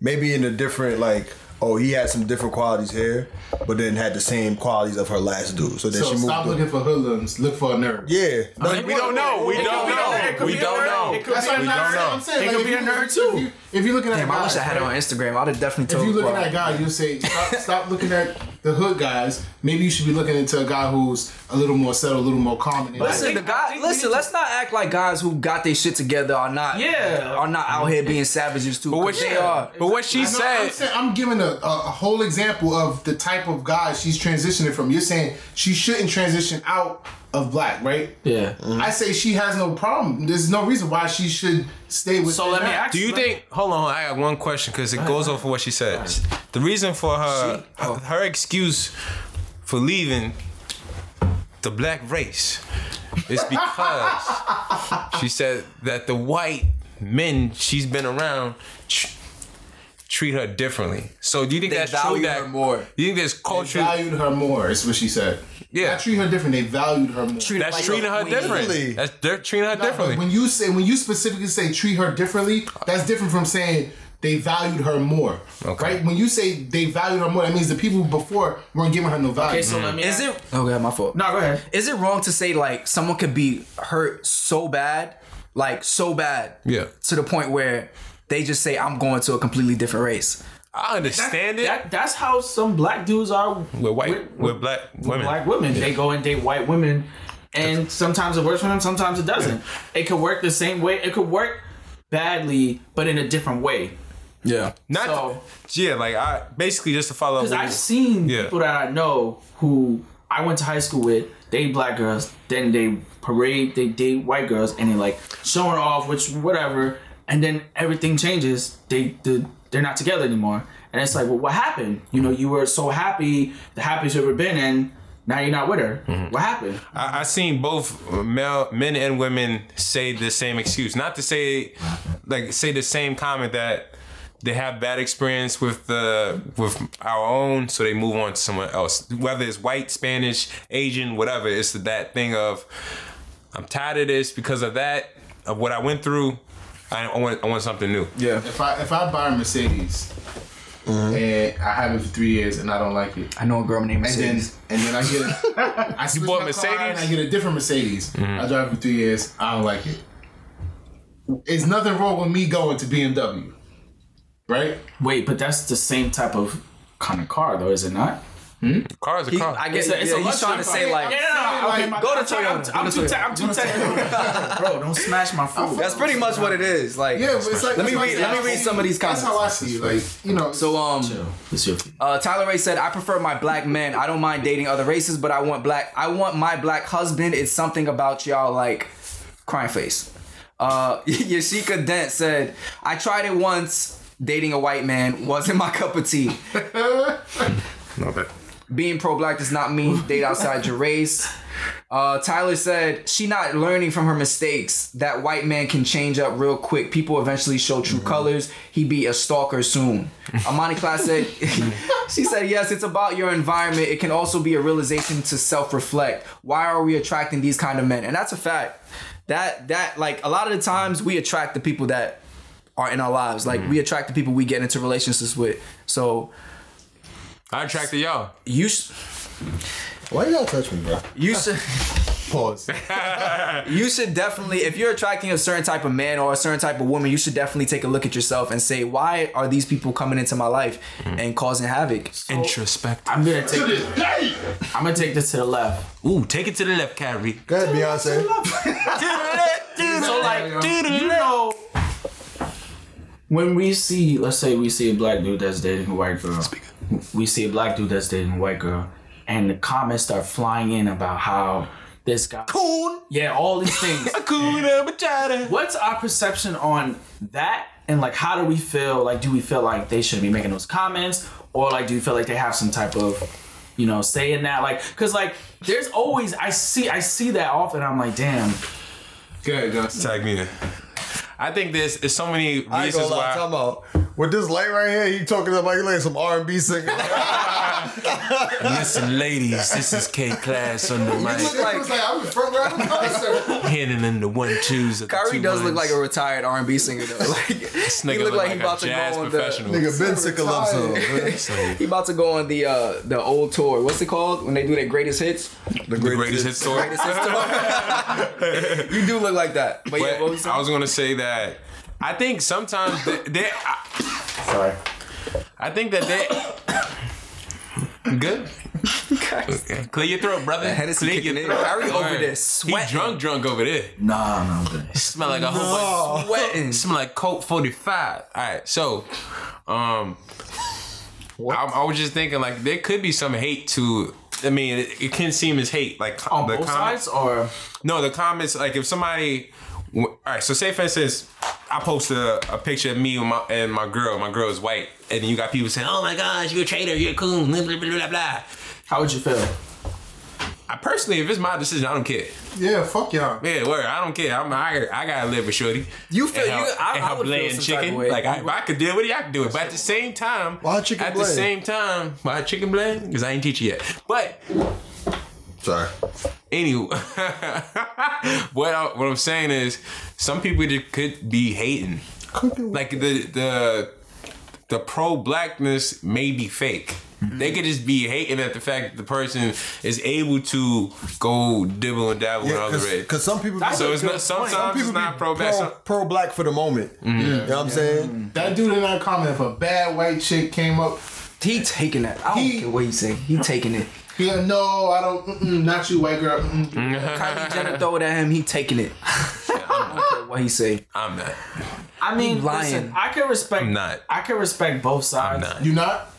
Maybe in a different like. Oh, he had some different qualities here, but then had the same qualities of her last dude. So then
So
she moved.
stop
on.
looking for hoodlums, look for a nerd.
Yeah. No,
Mm.
we don't know. We
It could
don't
be a nerd. It
know.
could
We
be a
don't
nerd.
know.
It could
That's what I'm,
We
not,
don't
that's what I'm
know.
saying.
It
like,
could
if
be
you-
a nerd,
if
too.
you- If you're looking at
Damn, I wish I
guys,
had her
right?
on Instagram. I'd have definitely
If
told
you
her.
looking at guys, you'll say stop, stop looking at the hood guys. Maybe you should be looking into a guy who's a little more settled, a little more calm. And
Listen,
think-
the
I
guy.
think we
Listen,
need
let's not act like guys who got their shit together are not.
Yeah.
Are not out here being savages too.
But what
'cause
she,
they are.
but what she
I know, I'm,
said,
saying, I'm giving a, a, a whole example of the type of guy she's transitioning from. You're saying she shouldn't transition out of black, right?
Yeah.
I say she has no problem. There's no reason why she should stay with.
So let me
that.
ask
Do you
let-
think? Hold on, I got one question because it goes off of what she said. The reason for her her excuse for leaving the black race is because she said that the white men she's been around tr- treat her differently. So do you think
They
that's
value
true? That
her more.
You think there's
They
culture
valued her more. Is what she said.
Yeah.
I treat her different. They valued her more.
Treat her
that's
like a
treating her
queen.
differently? That's they're treating her
Nah, but
differently.
When you say when you specifically say treat her differently, that's different from saying they valued her more.
Okay.
Right? When you say they valued her more, that means the people before weren't giving her no value.
Okay, so let me.
Is it? Oh god, my fault.
No, go ahead.
Is it wrong to say like someone could be hurt so bad, like so bad,
Yeah.
to the point where they just say I'm going to a completely different race?
I understand it
That, that's how some black dudes are
with white with, black women.
black women. They go and date white women, and sometimes it works for them, sometimes it doesn't. It could work the same way. It could work badly, but in a different way.
Yeah.
Not
So-
yeah, like I basically just to follow up.
Because
with-
I've seen
Yeah.
people that I know who I went to high school with. They black girls, then they parade, they date white girls, and they like showing off, which whatever. And then everything changes. They the, they're not together anymore. And it's like, well, what happened? You know, you were so happy, the happiest you've ever been, and now you're not with her. What happened?
Mm-hmm. I, I seen both male, men and women say the same excuse. Not to say, like, say the same comment that they have bad experience with the with our own, so they move on to someone else. Whether it's white, Spanish, Asian, whatever, it's that thing of I'm tired of this because of that, of what I went through. I, I want I want something new.
Yeah.
If I if I buy a Mercedes and I have it for three years and Mm-hmm. I don't like it.
I know a girl named
And then,
Mercedes.
and then I get <laughs> a, I switch
bought
my car
Mercedes?
and I get a different Mercedes. I drive it for three years. I don't like it. It's nothing wrong with me going to BMW, right?
Wait, but that's the same type of kind of car, though, is it not?
Car is a
He,
car.
I guess yeah, he's trying to say like
yeah, no, no, okay, my
go to
I'm sorry, I'm-
Toyota,
I'm,
go to
too te- I'm too technical, bro. Don't smash my food.
that's pretty much what it is. Like
Yeah, but it's like
let me
it's
read
like-
let me read some of these
That's
comments.
how I see it. Like you know,
So um,
It's your
uh, Tyler Ray said, "I prefer my black men. I don't mind dating other races, but I want black. I want my black husband. It's something about y'all like crying face." Uh, <laughs> Yashika Dent said, "I tried it once. Dating a white man wasn't my cup of tea.
<laughs> Love it.
Being pro-black does not mean date outside your race." Uh, Tyler said, "She not learning from her mistakes. That white man can change up real quick. People eventually show true colors. He be a stalker soon." Amani Class said, <laughs> "She said yes. It's about your environment. It can also be a realization to self-reflect. Why are we attracting these kind of men? And that's a fact. That that like a lot of the times we attract the people that are in our lives. Like we attract the people we get into relationships with. So
I attracted y'all.
you s-
Why you gotta touch me, bro?
you should."
Pause.
you should definitely if you're attracting a certain type of man or a certain type of woman you should definitely take a look at yourself and say why are these people coming into my life
Mm.
and causing havoc
Introspect.
I'm gonna take this. I'm gonna take this to the left.
Ooh, take it to the left, Kyrie.
Go ahead, Beyonce.
So like, you know, when we see, let's say, we see a black dude that's dating a white girl. We see a black dude that's dating a white girl, and the comments start flying in about how this guy.
Coon.
Yeah, all these things.
Hakuna Matata.
What's our perception on that? And like, how do we feel? Like, do we feel like they should be making those comments, or like, do we feel like they have some type of, you know, say in that? Like, cause like, there's always I see I see that often. I'm like, damn.
good, Gus.
Tag me in. I think there's, there's so many
I ain't
reasons
gonna
why.
lie, time out. With this light right here, you talking about you like some R and B singer.
<laughs>
Listen, ladies, this is K Class on the
It
mic,
was like I'm in front row of the concert.
handing in the one twos. Of the
<laughs> Kyrie
two
does look
ones.
like a retired R&B singer though. <laughs> Like
This nigga
he look
look
like, he
a
about to
jazz
go on the
professional.
Nigga been sick of love
<laughs>
song. man.
he about to go on the uh, the old tour. What's it called when they do their greatest hits?
The
the greatest hits tour.
<laughs> You do look like that. But, yeah,
But
what was
I was gonna say that I think sometimes th- they. I,
Sorry.
I think that they. Good. Clear your throat, brother.
Hennessy
Clear
kicking
your
in. Kyrie over
Word.
there
He
sweating.
drunk, drunk over there.
Nah, no, I'm good.
Smell like a whole bunch.
sweating.
Smell like Colt 45. All right, so, um, I, I was just thinking like there could be some hate to. I mean, it, it can seem as hate, like
On
the
both
comments.
sides, or
No, the comments like if somebody. All right, so say for instance, I post a, a picture of me and my, and my girl. My girl is white, and you got people saying, "Oh my gosh, you're a traitor, you're a coon." Blah blah blah blah. blah.
how would you feel?
I personally, if it's my decision, I don't care.
Yeah, fuck y'all.
Yeah, word, I don't care. I'm I, I gotta live with shorty.
You feel-
and her,
you- I-
and
I
her
would feel
bland
some type
chicken.
of way.
Like I, if I could deal with it, I could do it. But at the same time,
Why chicken
at the
bland?
same time, why chicken bland? Because I ain't teach you yet. But
Sorry.
Anywho, <laughs> what I, what I'm saying is, some people just could be hating. Like the the the pro blackness may be fake. They could just be hating at the fact that the person is able to go dibble and dabble with other race.
Because some people,
So it's not sometimes it's not pro Mm-hmm. black.
pro, pro black for the moment. You know what I'm saying?
That dude in our comment, if a bad white chick came up,
he taking that? I don't
He-
care what you say. He
<laughs>
taking it.
he like, no, I don't. Mm-mm, not you, white girl. Mm-mm.
Mm-hmm.
Kylie Jenner throw it at him. He taking it. <laughs> I don't care what he say.
I'm not.
I mean, listen,
lying.
I can respect.
I'm not.
I can respect both sides.
not.
You not?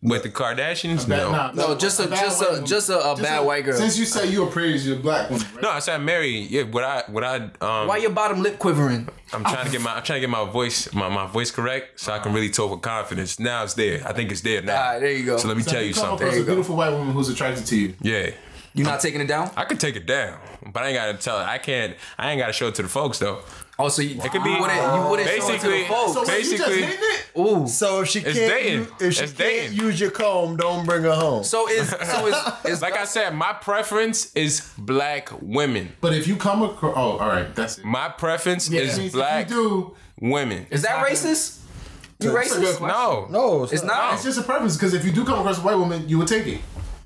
With the Kardashians, no.
Nah,
No, just a-
bad
just a-
white woman.
just a- a bad white girl.
Since you say you appraise your black woman, right?
No, I said Mary. Yeah, what I what I um,
Why your bottom lip quivering?
I'm trying to get my I'm trying to get my voice my, my voice correct so I can really talk with confidence. Now it's there. I think it's there now.
Ah, there you go.
So let me tell you
come
something.
across
you
a
go.
beautiful white woman who's attracted to you.
Yeah.
You not taking it down?
I could take it down, but I ain't gotta tell it. I can't. I ain't gotta show it to the folks though.
Oh, so you,
It could be Oh,
you wouldn't, you wouldn't show
basically.
it to the folks.
So wait, you just
basically,
hitting it?
Ooh.
So if she can't,
dating.
u- if she
It's
can't
dating.
use your comb, don't bring her home.
So is
<laughs>
so is, is
like I said, my preference is black women.
But if you come across, oh, all right, that's it.
My preference
That
is
means
black
If you
women.
is that racist? You
That's a
do,
racist?
No,
no,
It's
not.
not.
It's just a preference because if you do come across a white woman, you would take it.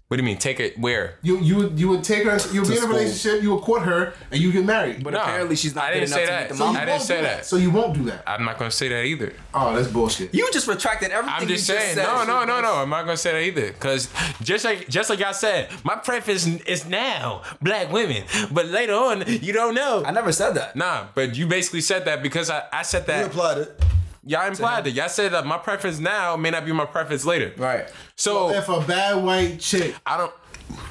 What do you mean? Take it where?
You you would you would take her. You'll be in a
school.
relationship. You would court her, and you get married.
But
Nah,
apparently she's not
I
good
didn't
enough
say
to
that.
meet the
So
mom.
you- I didn't say that.
So you won't do that.
I'm not gonna say that either.
Oh, that's bullshit.
You just retracted everything.
I'm
you
just saying, no,
said.
no, no, no. I'm not gonna say that either, cause just like just like y'all said, my preference is now black women, but later on you don't know.
I never said that.
Nah, but you basically said that because I, I said
You
that.
implied it.
y'all implied that. Y'all said that my preference now may not be my preference later.
Right.
So
Oh.
If a bad white chick
I don't.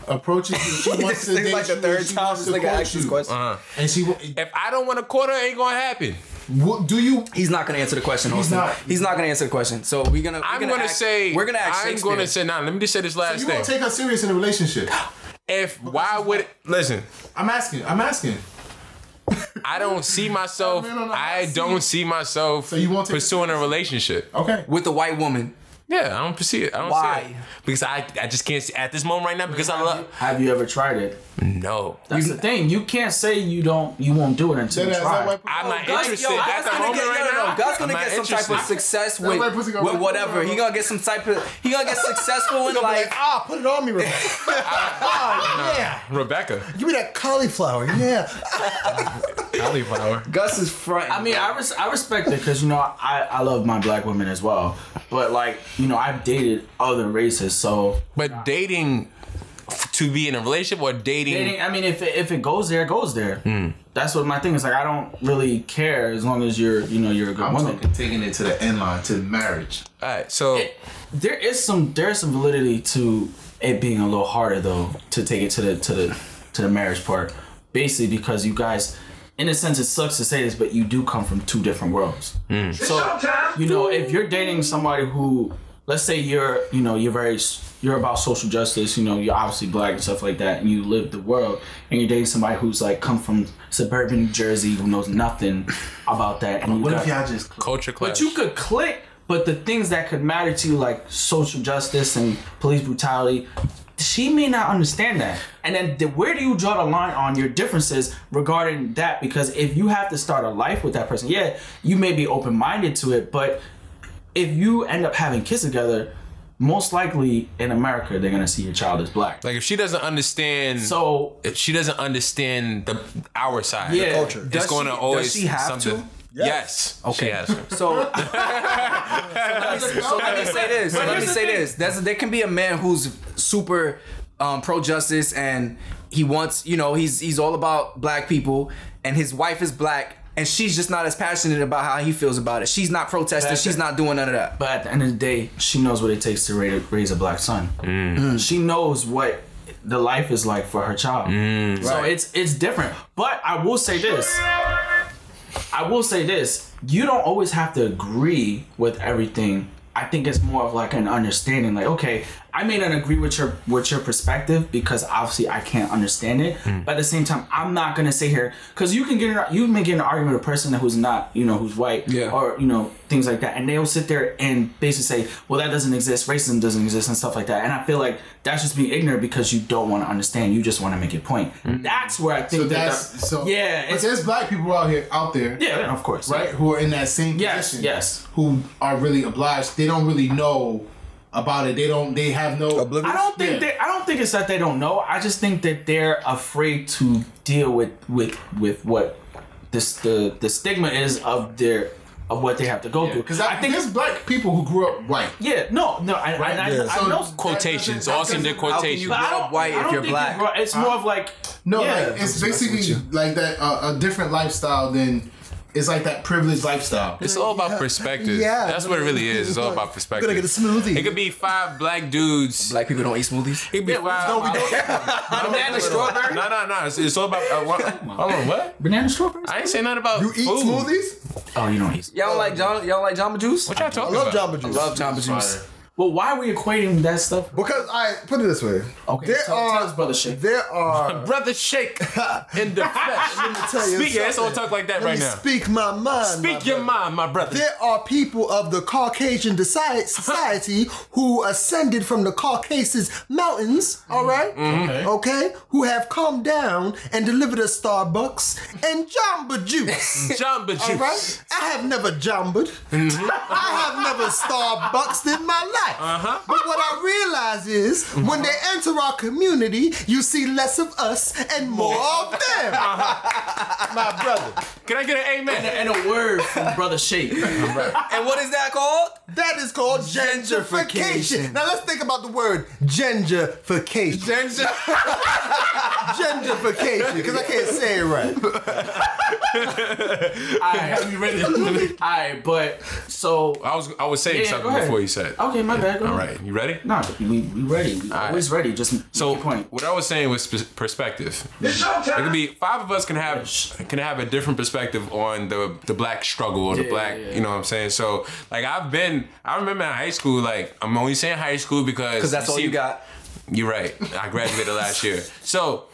approaches you,
<laughs>
she wants to
This
date
is like the
you,
third
and she
time
wants
this
to
nigga asked this
court
question.
you, and she, w-
If I don't want a quarter, it ain't gonna happen.
w- do you?
He's not gonna answer the question. He's
not.
He's not gonna answer the question. So we're gonna. We're
I'm
gonna,
gonna,
ask-
say.
We're gonna ask
I'm
Shakespeare.
gonna say. Nah, let me just say this last
You
thing.
won't take her serious in a relationship.
if why would listen?
I'm asking. I'm asking.
I don't see myself.
man on the hot
I
seat.
don't see myself
you won't take-
pursuing a relationship.
Okay.
with a white woman.
Yeah, I don't pursue it. I don't
Why?
see it because I I just can't see at this moment right now because I love.
Have you ever tried it?
No,
That's the thing. You can't say you don't. You won't do it until you
That- that
try.
white- Oh,
I'm not
Gus-
interested.
yo,
That's the
Gus gonna
moment
get,
right
no, no, no.
now.
Gus gonna
I'm not
get some type of
interested.
success
That
with,
white pussy gonna
with
be-
whatever. He gonna get some type of. He gonna get successful in
Like,
like.
ah, put it on me, Rebecca. ah, yeah.
Rebecca,
Give me that cauliflower. Yeah.
cauliflower.
Gus is front.
I mean, I, res- I respect it because you know I, I love my black women as well, but like you know I've dated other races, so
But dating f- to be in a relationship or dating,
dating. I mean, if it, if it goes there, it goes there. That's what my thing is. Like I don't really care as long as you're you know you're a good
I'm
woman.
talking taking it to the end line to marriage.
all right. So
There is some there is some validity to it being a little harder though to take it to the to the to the marriage part, basically because you guys. In a sense, it sucks to say this, but you do come from two different worlds. So, you know, if you're dating somebody who, let's say you're, you know, you're very, you're about social justice, you know, you're obviously black and stuff like that, and you live the world, and you're dating somebody who's like come from suburban New Jersey who knows nothing about that. And you
What
got-
if y'all just? click?
culture clash.
but you could click, but the things that could matter to you, like social justice and police brutality, she may not understand that. And then the, where do you draw the line on your differences regarding that? Because if you have to start a life with that person, yeah, you may be open minded to it, but if you end up having kids together, most likely in America, they're gonna see your child as black.
like if she doesn't understand,
So
if she doesn't understand the our side,
yeah,
culture.
it's going to
she- does
always
she have
something.
to?
Yes. Okay. She has to.
So, so, let me, so let me say this. So let me say this. That's, there can be a man who's super um, pro justice and he wants, you know, he's he's all about black people, and his wife is black, and she's just not as passionate about how he feels about it. She's not protesting.
That's
she's
it.
not doing none of that.
But at the end of the day, she knows what it takes to raise, raise a black son. She knows what the life is like for her child. So it's it's different. But I will say this. I will say this. You don't always have to agree with everything. I think it's more of like an understanding. Like, okay, I may not agree with your with your perspective because obviously I can't understand it. But at the same time, I'm not gonna sit here because you can get an, you may get an argument with a person who's not you know who's white
Yeah.
or you know things like that, and they'll sit there and basically say, well, that doesn't exist, racism doesn't exist, and stuff like that. And I feel like that's just being ignorant because you don't want to understand. You just want to make your point. That's where I think
So
that,
that's
that-
so.
yeah,
but
it's,
there's black people out here out there.
yeah, of course,
right? Who are in that same
Yes,
position.
yes.
Who are really obliged. They don't really know about it. They don't. They have no.
Oblivious?
I don't think
Yeah.
they. I don't think it's that they don't know. I just think that they're afraid to deal with with with what this the the stigma is of their of what they have to go through.
Because I, think
think
there's black people who grew up white.
yeah, no, no, I,
Right,
I, I,
yeah.
I
So-
know.
Quotations.
That
Austin
doesn't-
did
how can
quotations.
you
But I
You're
don't,
white
I
if
don't
you're
think
black.
you're- It's more of like
No,
yeah.
like it's basically like that. Uh, a different lifestyle than. It's like that privileged lifestyle.
It's all about perspective.
Yeah.
That's what it really is. It's all about perspective.
Gonna get a smoothie.
It could be five black dudes.
Black people don't eat smoothies.
It could be five. No,
Oh,
we don't.
<laughs> banana
No, no, no. It's, it's all about. Uh, what, hold on, <laughs> what?
Banana strawberries?
I ain't say nothing about
You eat
food.
smoothies?
Oh, you don't eat.
Y'all like John, y'all like Jamba Juice?
What y'all talking
I love
about?
Jamba Juice.
Love Jamba Juice.
Well, why are we equating that stuff?
because I put it this way.
Okay,
There
tell-
are
tell us, brother Shake.
there
<laughs>
are.
Brother Shake in the flesh.
Let me tell you
Speak yeah, it's all
something.
talk like that
Let
right
me
now.
Speak my mind. my
Speak your
brother.
mind, my brother.
There are people of the Caucasian
<laughs>
deci- society who ascended from the Caucasus mountains,
Mm-hmm.
all right? Okay. Who have come down and delivered us Starbucks and Jamba Juice.
<laughs> Jamba Juice.
all
Mm-hmm.
right? I have never jambed. I have never Starbucks in my not. Uh-huh. But what I realize is when they enter our community, you see less of us and more of
Uh-huh.
them. My brother.
Can I get an <laughs> amen?
And a word from Brother Shake.
And what is that called?
That is called gentrification.
Gentrification.
Now let's think about the word gentrification. <laughs> gentrification, because I can't say
<laughs>
it right.
Alright, alright, but so
I was I was saying
Yeah, go
something
ahead.
before you said. it.
okay, my bad. Go
All
ahead.
right, you ready?
No, we, we ready. We always ready. Just
So
make your point.
what I was saying was pers- perspective. It could be five of us can have can have a different perspective on the the black struggle or the black.
yeah, yeah.
You know what I'm saying? So like I've been. I remember in high school. Like I'm only saying high school because
Because that's all
see-
you got.
You're right. I graduated last year. So,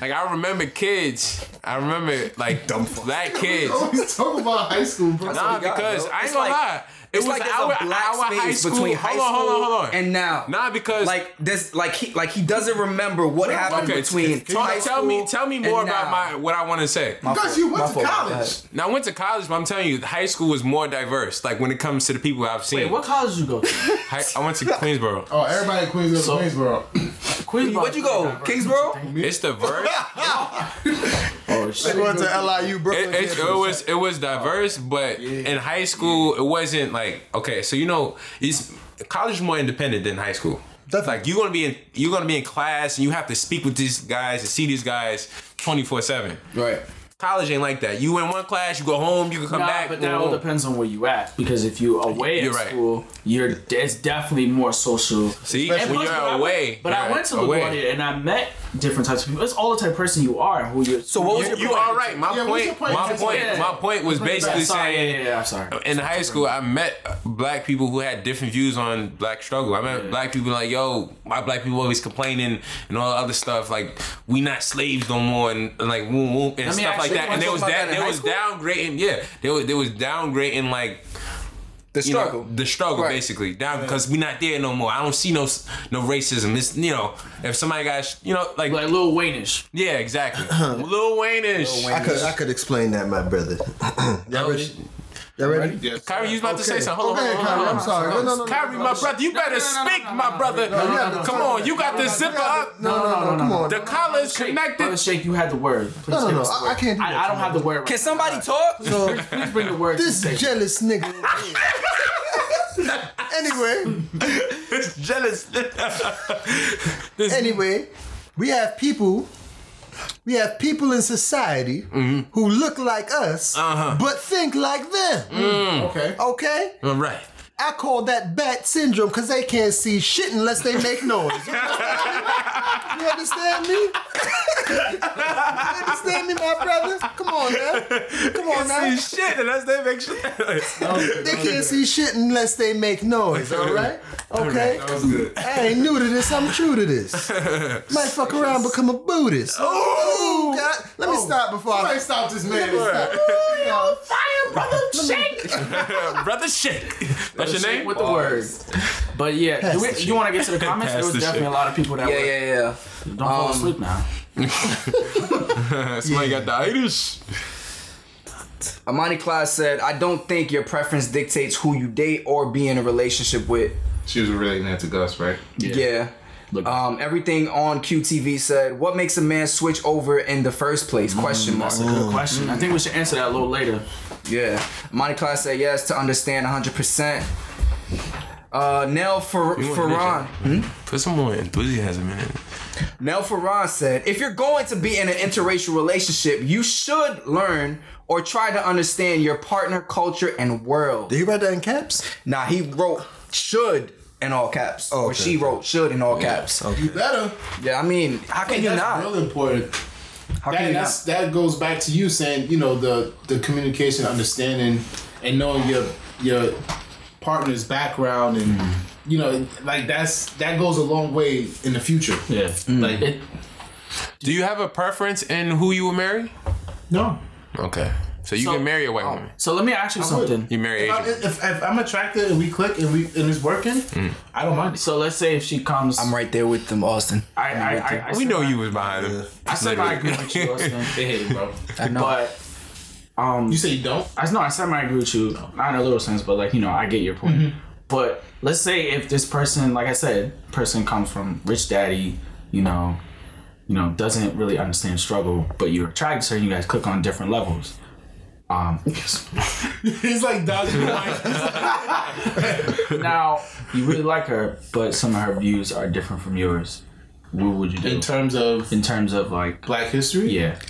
like, I remember kids. I remember like black kids.
Always <laughs> talk about high school, bro.
Nah,
we got,
because
bro.
I ain't
It's
gonna
like-
lie. It
It's
was
like there's
our,
a black
our
space
high school.
between high
hold on, hold on, hold on.
school and now.
Nah, because
like this, like he, like he doesn't remember what happened
okay,
between.
tell,
high
tell me,
school
tell me
and
more about
now.
my what I want to say.
Because you went
My
to
fault.
college.
Now, I went to college, but I'm telling you, high school was more diverse. Like when it comes to the people I've seen.
Hey, what college did you go to? <laughs>
Hi- I
<laughs>
went to Queensboro.
Oh, everybody in Queens goes to Queensboro.
Queens.
Where'd you go? Kingsborough?
It's
<laughs>
diverse.
Oh shit.
Going to LIU Brooklyn.
it, it, it was it was
Oh,
diverse, but in high school it wasn't like okay. So you know, it's college is more independent than high school.
Definitely.
Like you're gonna be in you're gonna be in class and you have to speak with these guys and see these guys twenty four seven.
Right.
College ain't like that. You in one class, you go home, you can come
Nah,
back. go
but that all
home.
depends on where you at. Because if you away
You're
at
right.
school, you're it's definitely more social.
See,
And
when
plus,
you're
but I went-
away,
but I
you're
went to
away.
LaGuardia and I met different types of people. It's all the type of person you are, and who you're. So
what was
You,
your
you
point?
are right. My
Yeah, what's your
point,
point?
my
That's
point,
it.
my point was basically saying
yeah, yeah, yeah, I'm sorry.
in high school, I met black people who had different views on black struggle. I met black people like, yo, my black people always complaining and all other stuff. Like, we not slaves no more, and, and like, woo woo, and
me
stuff
ask
like
you,
that. And
you
wanna
there
talk
was
about
that,
that in
there
high
was
school?
downgrading. Yeah, there was there was downgrading like
The
you know,
struggle.
the struggle
Right.
basically down because we not there no more. I don't see no s- no racism. It's you know, if somebody got you know like,
like Lil Waynish.
yeah, exactly,
<clears throat>
Lil Wayne-ish.
I could, I could explain that, my brother. <clears throat> y'all ready? Y'all ready?
Yes.
Kyrie, you was about to say something.
Go
Hold on,
ahead,
hold on, hold
Kyrie.
on.
I'm sorry. No, no, no, no.
Kyrie, my brother, you better speak, my brother.
no, no,
Come
no,
on,
no,
you got the zipper up.
No, no, no, come on.
The collar is
Brother
connected.
Shake, you had the word. Please
No, no,
give
no,
us the
I-
word.
I can't do
I,
that
I don't have the word. Right
Can somebody talk?
So,
now. Please bring the word.
this
to the table.
jealous
<laughs>
nigga. anyway,
Jealous.
anyway, we have people. We have people in society who look like us, but think like them.
Mm. Okay.
Okay,
All right.
I call that bat syndrome because they can't see shit unless they make noise. you understand me? you understand me, my brother? Come on now, come on now.
See shit, and that's that make shit.
They can't see shit unless they make noise, all right? Okay?
That was good.
I ain't new to this, I'm true to this. Might fuck around, become a Buddhist. Oh, God. Let me stop before I.
Somebody stop this man.
<laughs>
Brother Shake. That's your name?
with the word.
<laughs>
But yeah, do we, you want to get to the comments? There
Pass
was
the
definitely
shit.
a lot of people that
Yeah,
were.
yeah, yeah. Um,
Don't fall asleep now.
Somebody got the itis.
Amani Class said, "I don't think your preference dictates who you date or be in a relationship with."
She was relating that to Gus, right?
Yeah. Um, everything on QTV said, "What makes a man switch over in the first place?" Question mark.
That's a
Mm.
good question. I think we should answer that a little later.
Yeah. Monty Class said yes to understand 100%. Uh, Nell Fer-
You want
Ferran.
Put some more enthusiasm in it.
Nell Ferran said, if you're going to be in an interracial relationship, you should learn or try to understand your partner, culture, and world.
Did he write that in caps?
Now he wrote should in all caps, or
okay.
she wrote should in all caps. Yeah,
You better.
I mean, how can you
that's
not?
real important.
how
That,
can you
that's,
not?
that goes back to you saying, you know, the the communication, understanding, and knowing your your partner's background, and you know, like that's that goes a long way in the future.
Yeah.
Like
It,
Do you have a preference in who you will marry?
no,
Okay. So you
So-
can marry a white woman.
so let me ask you something.
You marry
if, I,
Asian.
if, if I'm attracted and we click and we and it's working, I don't mind.
So let's say if she comes,
I'm right there with them, Austin.
I, I, I, I,
We
said
know
I-
you was behind him.
I said I agree with you, Austin.
<laughs>
Hey, <laughs> bro,
I know.
But um,
you say you don't? <laughs>
I know I said I agree with you. Not in a little sense, but like you know, I get your point. But let's say if this person, like I said, person comes from rich daddy, you know, you know, doesn't really understand struggle, but you're attracted to her, you guys click on different levels. Um,
He's like dodging.
<laughs> now you really like her, but some of her views are different from yours. What would you do
In
in,
terms of
terms of like,
Black history,
yeah,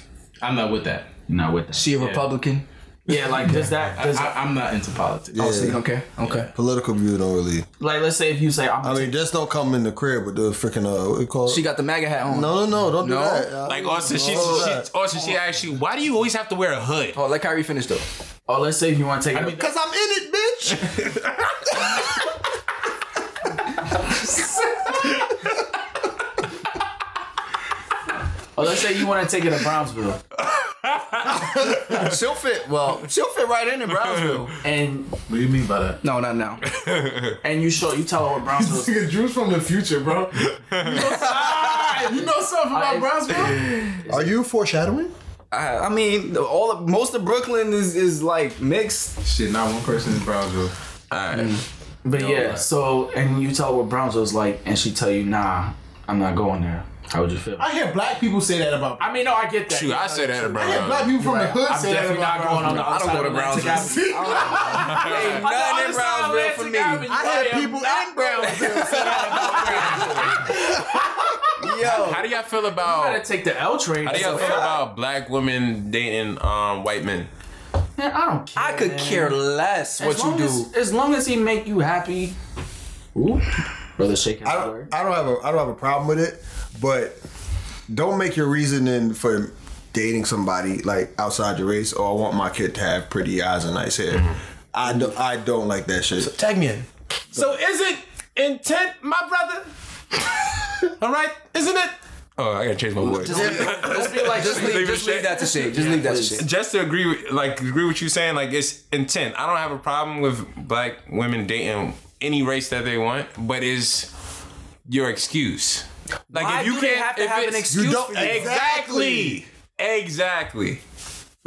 I'm not with that.
not with that.
She a Republican?
yeah, like does that does
I, I'm not into politics.
Oh, see, okay, okay.
Political view don't really.
like let's say if you say I'm
I mean, just don't come in the crib with the freaking uh, what you call.
She got the MAGA hat on.
no, no, no, oh, don't
No?
do that. I
Like
don't
Austin,
do
she, she,
all that.
Austin, she actually. Why do you always have to wear a hood?
Oh, let Kyrie finish though.
oh let's say if you want to take I mean,
Cause I'm in it, bitch.
<laughs> oh let's say you want to take it to Brownsville
She'll fit. Well, she'll fit right in in Brownsville.
and
What do you mean by <laughs>
<laughs>
that?
No, not now.
and you show you tell her what Brownsville is
Nigga, Drew's from the future, <laughs> bro. You know, something- you know something <laughs> about Brownsville?
Are you foreshadowing?
I, I mean, the- all of, most of Brooklyn is is like mixed.
Shit, not one person in Brownsville.
But yeah, so and you tell her what Brownsville's like, and she tell you, nah, I'm not going there. How would you feel? I,
I hear black people say that about. I
mean, no, I get that.
Shoot, I said that to
I hear black
Brown.
people from the hood
I'm
say that
definitely
about
not going on the
Brownsville.
other
don't go to
side of Atlantic
Brownsville. Ain't nothing
Avenue. On the other
in
side of
Brownsville for
Atlantic
me.
Avenue,
I
I
had
am
people in Brownsville say that about Brownsville.
How do y'all feel
You gotta
about?
take the L train.
How do y'all feel about black women dating um white men?
Man, I don't care.
I could care less
As
what you
long
do.
As, as long as he make you happy. Ooh, brother, shake his
I don't, I don't have a I don't have a problem with it, but don't make your reasoning for dating somebody like outside your race. Or I want my kid to have pretty eyes and nice hair. I don't I don't like that shit.
Tag me in.
So is it intent, my brother? <laughs> All right, isn't it? Oh, I gotta change my voice.
Just leave, just be like, just leave,
Leave
just
it
leave
shit.
that to shit. Just leave that to shit.
Just to agree with, like, agree with you saying, like, it's intent. I don't have a problem with black women dating any race that they want, but is your excuse? Like,
Why do they have to
if
have an
it's-
excuse You don't- for you?
exactly, exactly.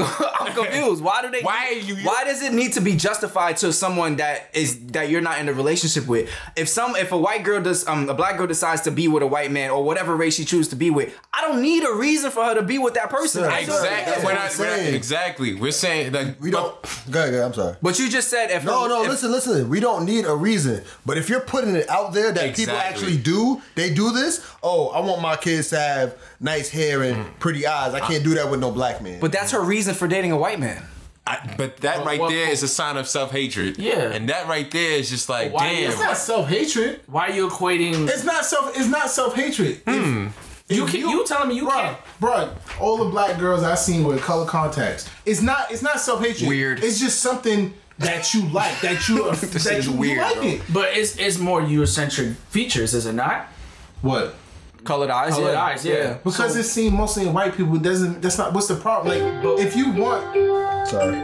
I'm confused. Why do they?
Why you-
Why does it need to be justified to someone that is that you're not in a relationship with? If some, if a white girl does, um, a black girl decides to be with a white man or whatever race she chooses to be with, I don't need a reason for her to be with that person.
Sir,
I don't-
Exactly.
that's
We're
what
not,
I'm
we're not-
saying.
exactly. We're saying like
We don't. Go ahead, go ahead, I'm sorry.
But you just said if
No,
her-
no,
if-
listen, listen. We don't need a reason. But if you're putting it out there that people
Exactly.
actually do, they do this. Oh, I want my kids to have nice hair and pretty eyes. I can't do that with no black man.
But that's her reason for dating a white man.
I, but that right
what-
there is a sign of self hatred.
Yeah.
and that right there is just like,
Why-
damn.
It's
It's not self hatred.
Why are you equating?
It's not self. It's not self hatred.
You can, you, telling me you
Bruh,
can't?
bruh, all the black girls I seen with color contacts. It's not it's not self hatred.
Weird.
It's just something that you like that you that
is
you,
weird,
you like
bro.
it.
But it's it's more Eurocentric features, is it not?
What?
Colored eyes.
Colored
yeah.
eyes, yeah.
Because it's seen mostly in white people. It doesn't that's not what's the problem? Like if you want
sorry.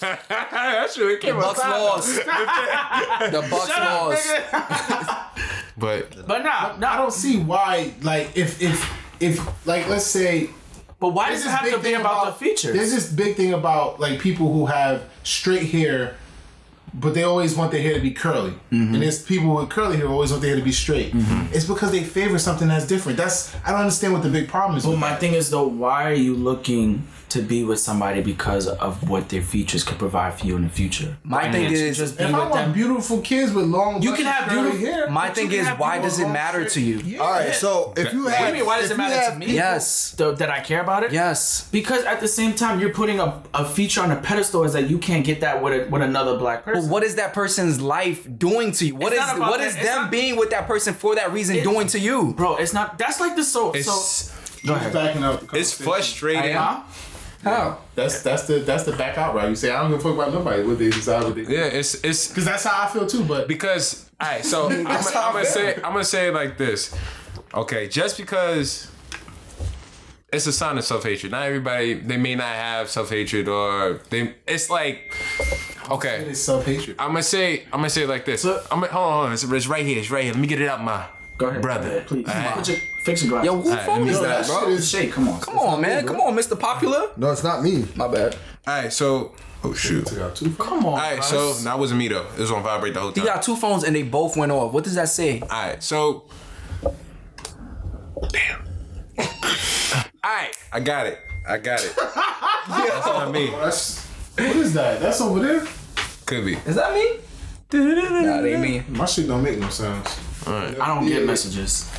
That's really came
Bucks laws. the Bucks laws.
But
But nah,
I
nah.
don't see why like if if if like let's say
But why
there's
does it
this
have
big
to be
thing
about, the features?
There's this big thing about like people who have straight hair, but they always want their hair to be curly. And there's people with curly hair who always want their hair to be straight. It's because they favor something that's different. That's I don't understand what the big problem is.
But
with
my
that.
thing is though, why are you looking to be with somebody because of what their features could provide for you in the future?
My
Why
thing
can't you
is-
just be
if I
with
want
them.
beautiful kids with long,
You can
luscious
have
curly
beautiful-
hair,
My
but
thing
you can
is,
have
why
people
does
with
it
long
matter
straight-
to you?
All right. So if you have,
What do you mean? Why does
if
it
you
matter to
have-
me?
Yes.
Th- that I care about it?
Yes.
Because at the same time, you're putting a, a feature on a pedestal is that you can't get that with a, with another black person.
But what is that person's life doing to you? What
It's
is
not about
what
that.
is
It's
them
not-
being with that person for that reason doing to you?
Bro, it's not. That's like the so.
it's
so go ahead.
Backing up the
it's
conversation.
frustrating.
Huh?
How?
That's that's the that's the back out route. You say I don't give a fuck about nobody. What they decide, what they do.
Yeah, it's it's
Because that's how I feel too. But
because all right so I'm, I'm gonna say i'm gonna say it like this okay just because it's a sign of self-hatred not everybody they may not have self-hatred or they it's like okay
it's self hatred.
i'm gonna say i'm gonna say it like this i'm gonna hold on, hold on. It's, it's right here it's right here let me get it out my
Go ahead,
brother
go ahead, please.
All right.
Put your, fix your glass.
Yo, who phone is that, bro?
That shit is
shake. Come on.
Come on, man. Come on, Mr. Popular.
No, it's not me.
My bad.
all right so Oh shoot! All
Got two fr-
Come on.
right,
guys.
so that wasn't me though. It was on vibrate the whole
You
time.
got two phones and they both went off. What does that say?
All right, so damn. All right, I got it. I got it. That's not me.
That's what is that? That's over there.
Could be.
Is that me? Nah, they me.
My shit don't make no sounds.
I don't get messages.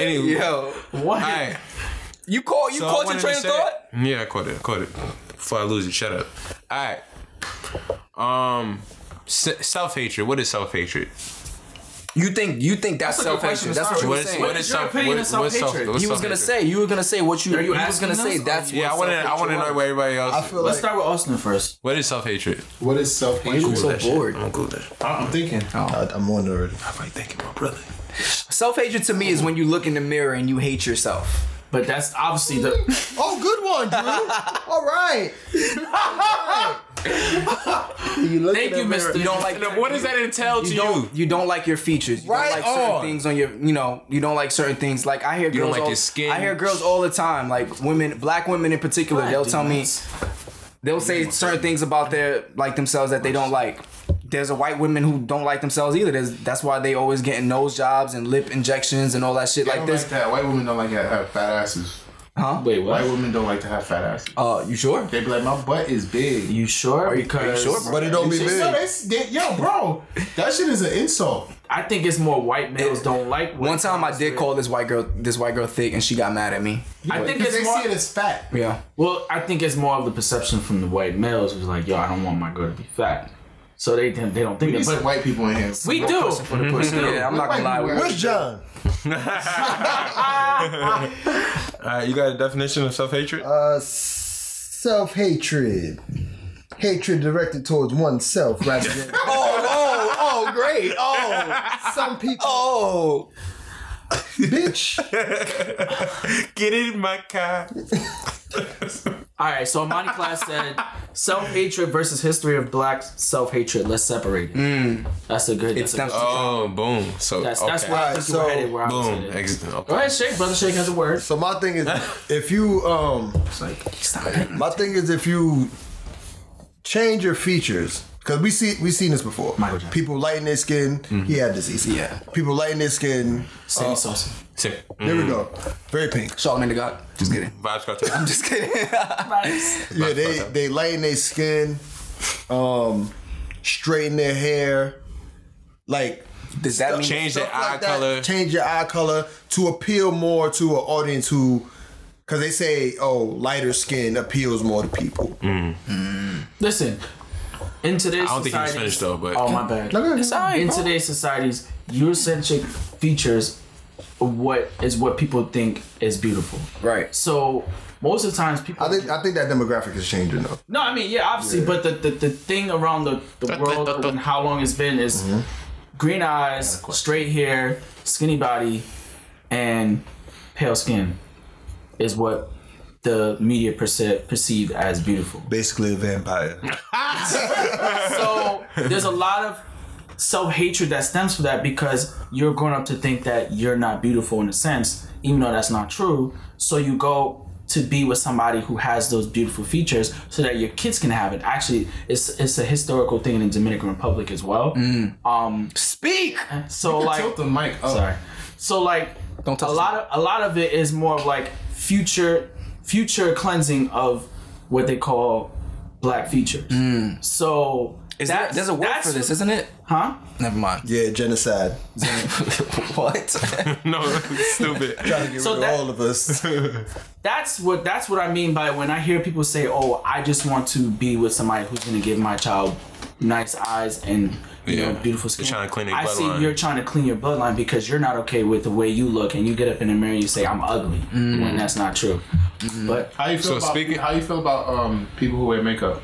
Anyway,
Yo,
What?
all right.
you call you
So I
caught
wanted to
your train of
say-
thought.
Yeah, I caught it. I caught it. Before I lose it, shut up. All right. Um, self hatred. What is self hatred?
You think you think that's,
That's a
self
good question
hatred?
to
That's
start
what you were
with.
saying.
What is your opinion of self-hatred?
what's
he was gonna
self-hatred?
say you were gonna say what you,
Are you
he was
asking
gonna say
us?
that's
Yeah, I
what
want to. I want to know what everybody else.
I feel
Let's
like
start with Austin first.
what is self hatred?
What is self hatred?
so bored.
I'm cool there.
I'm thinking.
I, I'm on there already.
I'm like, thank you, my brother.
self hatred to me is when you look in the mirror and you hate yourself.
But that's obviously the.
Oh, good one, Drew. All right. you look
Thank
in the
you,
mirror.
Mister.
You don't like
What does that entail to
you
you?
don't you don't like your features. You
Right
don't like certain
on.
things on your you know, you don't like certain things. Like I hear girls
don't like
all,
your skin.
I hear girls all the time, like women black women in particular,
I
they'll
do
tell me
not.
they'll say certain things about their like themselves that they don't like. There's a white women who don't like themselves either. There's, that's why they always getting nose jobs and lip injections and all that shit
I
like
don't
this.
like that. White women don't like to have fat asses.
Wait,
White
what?
women don't like to have fat asses.
Uh, you sure?
They be like, my butt is big.
You sure?
Are you, are you
because
sure, bro?
But it don't be
Shit, yo,
big.
that's- that- yo, bro, that shit is an insult.
I think it's more white males don't like. white
One time I
girls.
did call this white girl this white girl thick and she got mad at me.
I think
Because they
it's more.
see it as fat.
Yeah.
Well, I think it's more of the perception from the white males who's like, yo, I don't want my girl to be fat, so they they don't think
We need
that.
some
But
white people in here.
we do.
Yeah, I'm not gonna lie. We-
Where's John?
All right, you got a definition of self hatred?
Uh, self hatred. Hatred directed towards oneself rather than.
Oh, oh, oh, great.
oh, some people.
Oh.
bitch.
Get in my car.
All right, so Amani <laughs> Class said self hatred versus history of black self hatred. Let's separate it.
Mm.
That's a good.
It
That's a
stems
good-
Oh, boom. So
that's,
okay.
that's where I
All
think we're
right, so-
headed. Where I was
boom.
headed.
Ex- Uh,
Go
okay.
ahead, Shake. Brother Shake has a word.
So my thing is, if you um, my thing is if you change your features, because we see we seen this before.
Michael Jackson.
People lighten their skin, he had disease.
Yeah.
People lighten their skin.
Sammy <laughs> Sosa.
Tip.
There we go. Very pink.
Charlamagne the God. Just kidding.
Mm,
<laughs>
Vibes got to.
Just kidding. <laughs>
Yeah, they they lighten their skin, um, straighten their hair, like
Does that mean
Change
stuff
the eye
like that.
color.
Change your eye color to appeal more to an audience who, because they say, oh, lighter skin appeals more to people.
Listen, in today's
I don't think he was
society-
finished, though, but-
oh my bad.
it's alright,
in today's society's Eurocentric features, of what is what people think is beautiful.
Right.
So most of the times people.
I think I think that demographic is changing though.
no, I mean yeah, obviously, but the, the the thing around the the world and how long it's been is green eyes, straight hair, skinny body, and pale skin is what the media perce- perceive as beautiful.
Basically, a vampire.
so there's a lot of self hatred that stems from that because you're grown up to think that you're not beautiful in a sense, even though that's not true. So you go to be with somebody who has those beautiful features so that your kids can have it. Actually, it's it's a historical thing in the Dominican Republic as well. Um,
Speak.
so like
Tilt the mic up.
Sorry. So like
Don't touch
a lot of a lot of it is more of like future future cleansing of what they call black features. So
Mm. Is that, there's a word
that's-
for this, isn't it?
Huh?
Never
<laughs>
mind.
yeah, genocide.
what?
<laughs> no, <laughs>
<laughs>
stupid.
Trying to get
So
rid
that-
of all
<laughs>
of us.
That's what that's what I mean by when I hear people say, "Oh, I just want to be with somebody who's going to give my child nice eyes and you
Yeah.
know, beautiful skin."
trying to clean their
I
bloodline.
see you're trying to clean your bloodline because you're not okay with the way you look, and you get up in the mirror and you say, "I'm ugly,"
Mm.
when that's not true.
Mm-hmm.
But
How you feel
So
about
speaking-
how you feel about um people who wear makeup?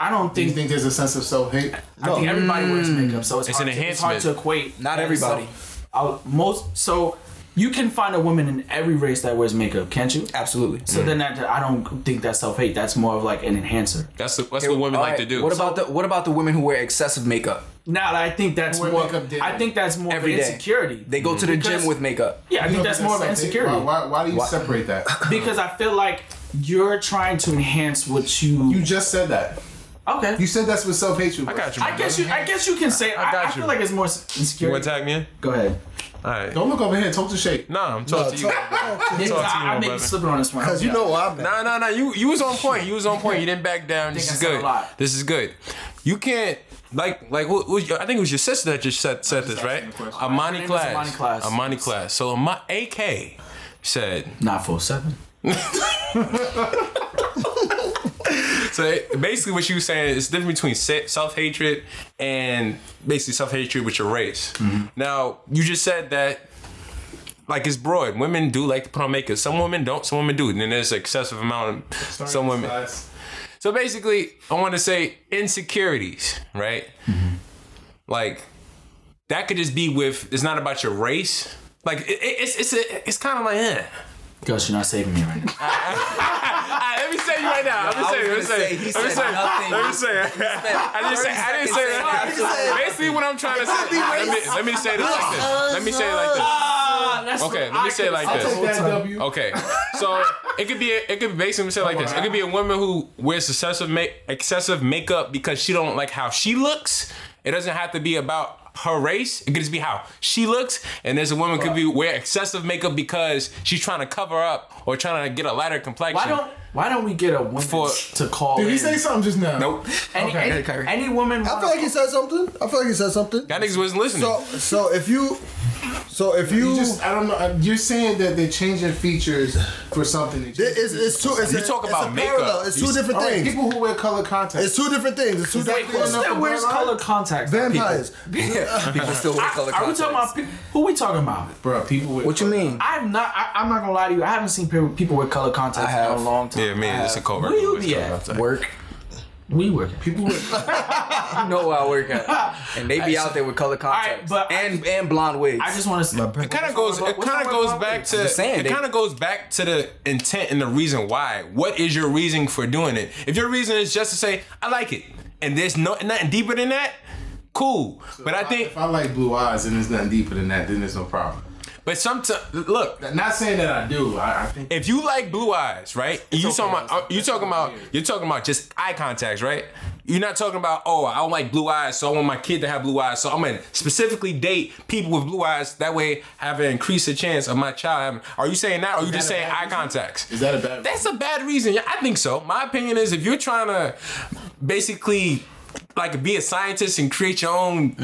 I don't
Do
think
you think there's a sense of self hate?
I think everybody wears makeup, so it's,
It's
hard
an
To, it's hard to
enhancement.
equate.
<laughs> Not
And
everybody.
<laughs> So, I'll- most so you can find a woman in every race that wears makeup, can't you?
Absolutely.
Mm.
So then that I don't think that's self hate. That's more of like an enhancer.
That's the, that's what women
All
like
right,
to do.
What about the what about the women who wear excessive makeup
Now I think that's
Wear
more.
makeup daily.
I think that's more of
every
an
day?
insecurity.
They go to the
Because-
gym with makeup.
yeah, I think that's more of an
Self-hate?
insecurity <laughs>
Why, why, why do you separate that?
because I feel like you're trying to enhance what you.
You just said that.
okay.
You said that's what self hatred.
I got you.
I guess you. I guess you can say. I,
got
I
you.
feel like it's more insecure.
You want to tag me in?
Go ahead.
All right.
Don't look over here. Talk to Shake.
Nah, I'm talking to you.
Yeah,
Talk to you,
I,
my
I may be
brother.
slipping on this one.
Because you know where I'm at.
Nah, nah, nah. You you was on point. You was on point. You didn't back down. This is
Think I said a
good.
lot.
This is good. You can't like like who, who, I think it was your sister that just said said this right. Amani
name is
class.
Amani Class.
Amani class. So Ama- AK said.
Not full seven.
So basically, what you were saying is the difference between self hatred and basically self hatred with your race. Now you just said that. Like it's broad. Women do like to put on makeup. Some women don't. Some women do. And then there's an excessive amount of some women. So basically, I want to say insecurities, right? Like that could just be with. It's not about your race. Like it, it- it's it's a, it's kind of like. Eh.
Gus, you're not saving me right now.
Ah, let me say you right now. Let me
I
say. Let me
was gonna
say.
say, he
Let me
said
say.
nothing.
Let me say. <laughs> I didn't say. I didn't say that. <laughs> Basically, what I'm trying to say. Let me, let me say this like this. Let me say it like this. Okay, let me say it like
I'll take
this.
that W.
Okay, so it could be a, it could basically say it like this. It could be a woman who wears excessive make excessive makeup because she don't like how she looks. It doesn't have to be about her race. It could just be how she looks. And there's a woman could be wear excessive makeup because she's trying to cover up or trying to get a lighter complexion.
Why don't Why don't we get a woman
For-
to call?
Did he
in?
say something just now?
Nope.
Any,
Okay.
any,
Kyrie.
any woman.
I feel like he said something. I feel like he said something.
Y'all niggas wasn't listening.
So so if you so if
You
you
just, I don't know. You're saying that they're changing features for something. That you
it's, it's two it's
You
a,
talk
it's
about
a
makeup.
parallel. It's
You
two
s-
different
All right,
things.
people who wear color contacts.
It's two different things. It's two
that
different
cool
things.
enough?
still wears color contacts.
<laughs>
Vampires.
People still wear color
Are we talking about pe- who we talking about?
Bro, people wear.
What you mean?
I'm not. I, I'm not gonna lie to you. I haven't seen people, people with color contacts
I have.
in a long time.
Yeah, man, it's a coworker.
Where you
It's
be
cool.
at?
Outside.
Work.
We work. People with
You know where I work at, and they be out there with color contacts
but I-
and and blonde wigs.
I just want to. My
It kind of goes. It kind of goes back to.
just saying,
it
they-
kind of goes back to the intent and the reason why. What is your reason for doing it? If your reason is just to say I like it, and there's no nothing deeper than that, cool. But I think.
If I like blue eyes and there's nothing deeper than that, then there's no problem.
But sometimes, look.
Not saying that I do. I, I think
If you like blue eyes, right? you talking about uh, you talking about you're talking about just eye contacts, right? You're not talking about oh I don't like blue eyes, so I want my kid to have blue eyes, so I'm gonna specifically date people with blue eyes. That way, I have an increased chance of my child. Having, are you saying that, or are you just
that a
saying
bad
eye
reason?
contacts?
is that a bad?
That's a bad reason. Yeah, I think so. My opinion is if you're trying to basically like be a scientist and create your own,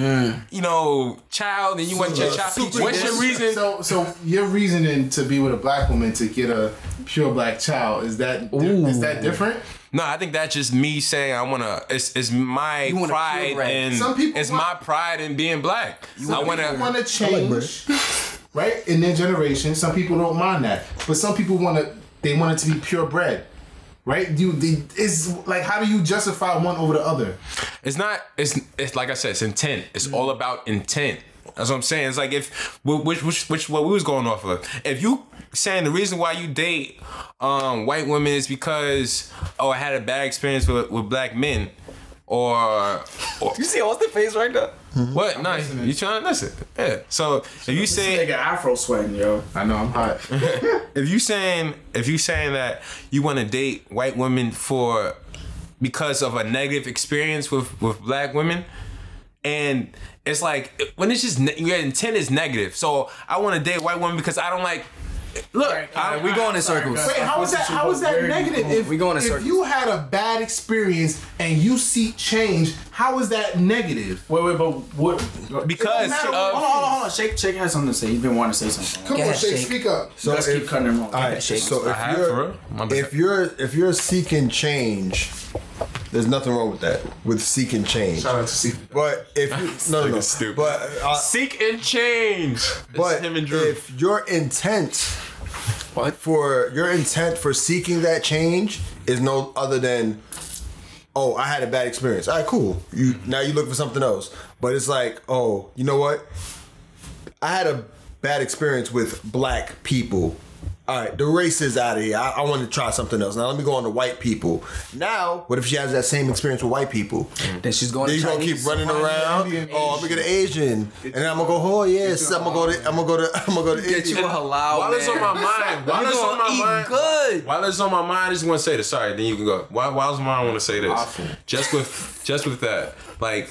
you know, child, and you want your child. What's your reason?
So, so your reasoning to be with a black woman to get a pure black child is that di- is that different?
No, I think that's just me saying I wanna. It's it's my
want a
pride
pure race.
and
Some people
it's
want-
my pride in being black. I wanna.
want to change, right? In their generation, some people don't mind that, but some people want to. They want it to be purebred, right? You they, is like how do you justify one over the other?
It's not. It's it's like I said. It's intent. It's all about intent. That's what I'm saying. It's like if wh- which which which what we was going off of. If you saying the reason why you date um white women is because oh I had a bad experience with with black men. Or, or
you see Austin face right now.
what? No, you trying to listen? Yeah. So if you say
nigga afro sweating, yo.
I know I'm hot.
if you saying if you saying that you want to date white women for because of a negative experience with with black women and it's like when it's just ne- your intent is negative so i want to date white women because i don't like look I,
we going in circles.
Wait, how is that? How is that negative? If
We going in
if
circles.
you had a bad experience and you seek change, how is that negative?
Wait, wait, but what?
because
matter
of,
what-
Hold on, hold on, hold on. Shake, Shake has something to say. He's been wanting to say something.
Come
Yeah,
on, Shay,
shake.
speak up.
So
Let's keep cutting him off.
all right,
Shake.
so
I
if
have, for real.
you're
My bad.
if you're if you're seeking change, there's nothing wrong with that. With seeking change,
Shout out to Steve.
but
<laughs>
if you, no no, no.
Nigga's stupid.
but uh,
seek and change
but
it's him and drew
if your intent for your intent for seeking that change is no other than oh i had a bad experience all right cool you now you look for something else but it's like oh you know what i had a bad experience with black people all right, the race is out of here. I, I want to try something else. Now let me go on to white people. Now, what if she has that same experience with white people?
Then she's going.
Then
to
you gonna keep
Chinese.
running
Somebody
around.
Indian,
Oh, I'm gonna get an Asian, and then I'm gonna go. Oh yes, I'm gonna go to. I'm gonna go to. <laughs> I'm gonna go to
Get you a
India.
halal.
While it's on my mind, while it's on my
eat
mind,
good. <laughs>
While it's on my mind, I just want to say this. Sorry, then you can go. While, while it's on my mind, I want to say this.
Awful.
Just with, just with that, like,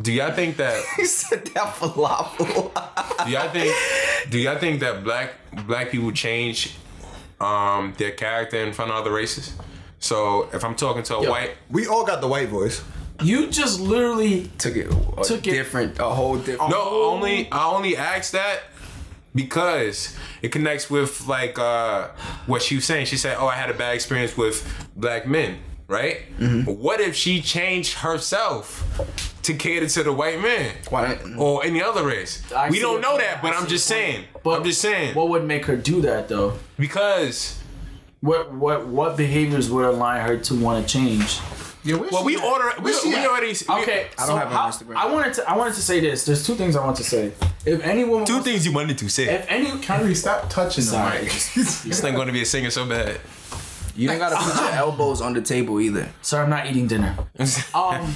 do y'all think that?
He said that falafel.
Do y'all think? Do y'all think that black black people change um their character in front of other races? So if I'm talking to a white,
We all got the white voice.
You just literally
<laughs> Took it a
Took it-
different, a whole different.
no, only I only ask that because it connects with like uh what she was saying. She said, "Oh, I had a bad experience with black men." Right?
Mm-hmm.
What if she changed herself to cater to the white men?
Why-
or any other race.
I
we
see
don't
your
know
point.
that, but
I
I'm
see
just
your point.
saying.
But
I'm just saying
What would make her do that though?
because
What what what behaviors would align her to want to change?
Yeah, where
well,
she
we
at?
order we,
Where she
we
at?
already we-
Okay,
I don't
so
have her on
how-
Instagram.
I wanted to I wanted to say this. There's two things I want to say. If any woman,
two
wants-
things you wanted to say.
If any,
Kyrie, stop touching the
Sorry.
mic.
This thing going to be a singer so bad.
You don't gotta put your elbows on the table either.
sorry, I'm not eating dinner. Um,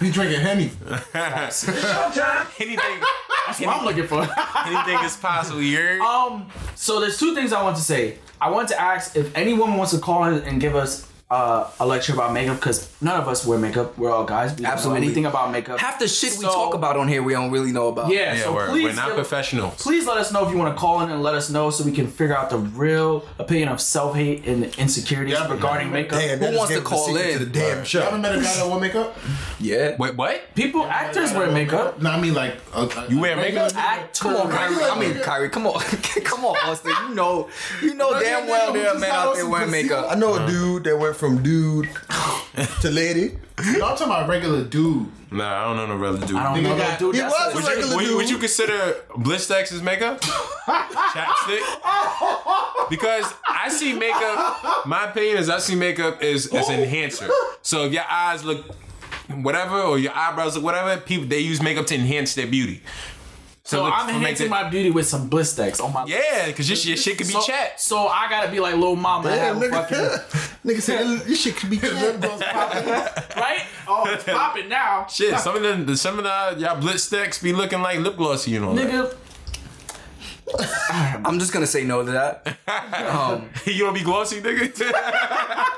He drinking <laughs> henny.
anything,
that's what I'm looking for. <laughs>
anything is possible. You're
Um, so there's two things I want to say. I want to ask if any woman wants to call in and give us uh, a lecture about makeup because none of us wear makeup. We're all guys. We don't know
Absolutely.
anything about makeup.
Half the shit we
So-
talk about on here, we don't really know about.
Yeah,
yeah,
so
we're,
please uh,
we're not
give-
professionals.
Please let us know if you want to call in and let us know so we can figure out the real opinion of self hate and insecurities
Yeah, but-
regarding makeup.
Damn,
Who
that just
wants
gave
to
the
call
secret
in?
to the damn
You
show?
ever met a guy that wore makeup?
yeah.
Wait, what?
People, actors wear makeup.
No, I mean like a, a,
You wear
a regular
makeup?
nigga.
Actors.
Come on, Kyrie. I mean, Kyrie. Come on, <laughs> come on, Austin. You know, you know damn well there are men out there wearing
I
makeup.
know a dude that went from dude to lady.
No, I'm talking about regular dude.
Nah, I don't know no brother dude.
I don't
Nigga
know,
got-
dude.
He
that's
was
a-
a
Would you,
regular
would,
dude.
would you consider Blistex as
<laughs>
makeup? Chapstick? Because I see makeup, my opinion is I see makeup as as an enhancer. So if your eyes look whatever or your eyebrows look whatever, people they use makeup to enhance their beauty.
so
look-
I'm
make
enhancing
it-
my beauty with some blistex on my
Yeah, because your, your shit could be
so,
chat.
So I gotta be like little mama. and
Damn,
have a
nigga, <laughs>
fucking,
nigga said this shit could be.
Lip gloss popping.
right? Oh, it's popping now.
Shit, some of the some of the y'all Blistex be looking like lip gloss, you know. that.
Nigga,
I'm just gonna say no to that. Um,
<laughs> you don't be glossy, nigga.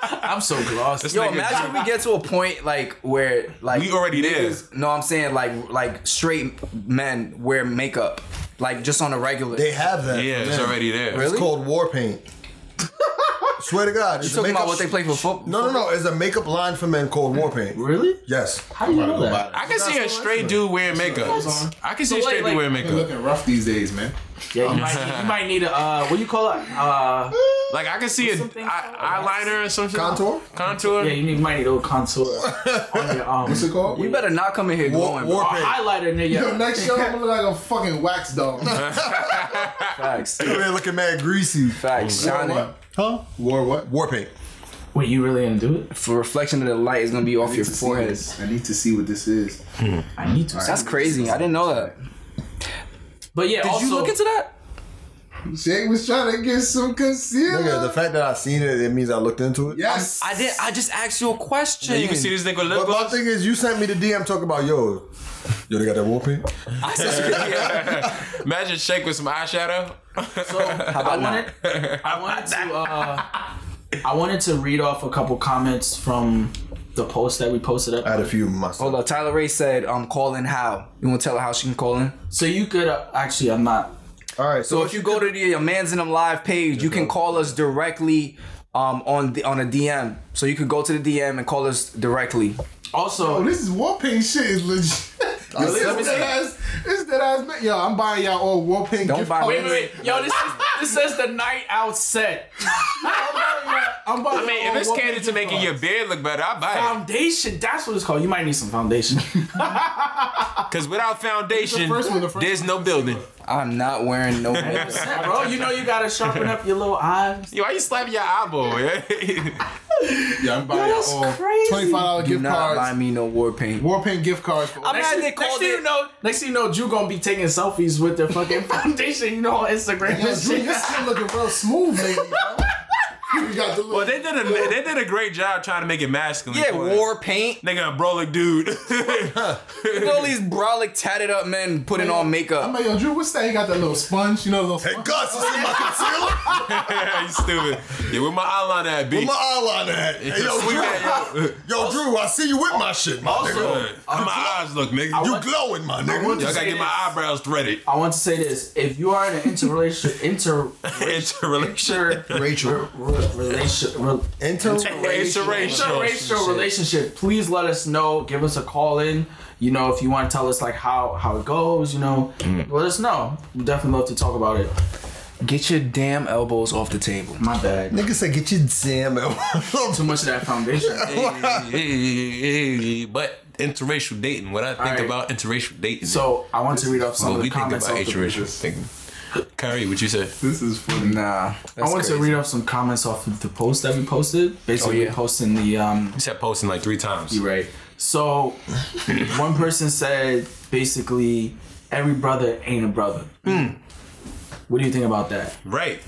I'm so glossy.
Yo,
yo,
Nigga,
imagine we get to a point like where like
we already there.
No, I'm saying like like straight men wear makeup like just on a regular.
They have that.
Yeah, it's already there.
It's
Really?
called war paint. Swear to God, it's
You talking
a makeup
about what they play for football?
No, no, no. It's a makeup line for men called war paint.
Really?
Yes.
How do you know that?
I can see a straight dude wearing makeup. I can see a
So, like-
straight dude wearing
like-
You're
makeup.
looking rough these days, man.
Yeah, you might, need, you might need a uh, what do you call it? Uh,
Like I can see an
something
eye, eyeliner or something.
Contour?
Contour.
yeah, you need, might need a little contour on your um,
What's it called?
You better not come in here
War,
going.
war
bro.
paint.
highlighter,
Yo,
nigga.
next show I'm gonna look like a fucking
<laughs>
wax doll.
Facts.
Over there looking mad greasy.
Facts. Shining.
What?
Huh?
Wore what?
War paint.
Wait, you really gonna do it?
For reflection of the light is gonna be off
I
your
need to see
forehead.
this. I need to see what this is.
I need to.
That's crazy. I didn't know that. Did
But yeah, also,
you look into that?
Jake was trying to get some concealer.
Nigga, the fact that I seen it, it means I looked into it.
yes.
I did. I just asked you a question.
You can see
<laughs>
this nigga with lip
But my
gloss.
thing is, you sent me the DM talking about yo, yo, they got that war paint.
I said you could- yeah.
Imagine Shake with some eyeshadow. <laughs>
<laughs>
so I
about
wanted, I wanted to, uh, I wanted to read off a couple comments from the post that we posted up.
Uh,
I had a few myself.
Hold up. Tyler Ray said, "Um, call in how? You want to tell her how she can call in?
So you could uh, actually, I'm not.
All right,
So
so,
if you go to the your Man's in Them Live page, you can call us directly." Um, on the on a DM, so you could go to the DM and call us directly.
Also,
Oh,
<laughs>
this is war paint shit is legit. This
let me
is
see.
dead ass. This dead ass. ma- Yo, I'm buying y'all all war paint.
Don't
gift
buy
cards.
Wait, wait, wait. Yo, this is this says the night out set.
I'm buying.
I mean, if it's catered to making your beard look better, I buy it.
Foundation, that's what it's called. You might need
<laughs>
some foundation.
Because without foundation,
first one, the first
there's no building.
<laughs> I'm not wearing no makeup.
Bro, you know you gotta sharpen up your little
<laughs>
eyes.
Yo, why you slapping your eyeball? Yeah?
Yeah, I'm buying
that's
all
crazy.
twenty five dollar
Do
gift
not buy
cards.
me no war paint.
War paint gift cards. For
I'm
Next,
mad
thing-
they
next
called
thing you
it.
know, next thing you know, Drew gonna be taking selfies with their fucking <laughs> foundation, you know, on Instagram.
Yo,
and
Drew,
shit. <laughs>
you're still looking real smooth, lady. you got the
Well,
little.
they did a they did a great job trying to make it masculine.
Yeah,
for us. <laughs>
war paint.
Nigga, a brolic dude. <laughs>
Look at all these brolic tatted up men putting on
I'm
makeup.
like, yo, Drew, what's that? He got that little sponge, you know, the little
Hey,
sponge.
Gus, this is my concealer.
you stupid. Yeah, where my eyeliner at, B?
Where <laughs> my eyeliner at? Hey, yo,
Sweet
Drew,
that, yo.
yo, Drew, I see you with my shit, my nigga.
Good. How my eyes look, nigga.
You glowing, my nigga.
Y'all gotta get my eyebrows threaded.
I want to say this: if you are in an
<laughs>
interrelationship, <laughs> inter,
Interrelation.
Rachel.
re- relation, re-
Interracial.
interracial relationship, please let us know. Give us a call in. You know, if you want to tell us like how how it goes, you know,
Mm.
let us know. We definitely love to talk about it.
Get your damn elbows off the table.
My bad.
Nigga said, get your damn <laughs>
Too much of that foundation.
<laughs> Hey, But interracial dating. What I think
Alright.
about interracial dating.
so I want to read off some
what
of
we
the
think
comments.
about
off the-
interracial thing. Kyrie, what you say?
This is funny.
Nah.
I want to read off some comments off of the post that we posted. Basically,
Oh, yeah.
posting the um,
You said posting like three times.
You're right.
<laughs>
So one person said basically every brother ain't a brother.
Hmm.
What do you think about that?
Right.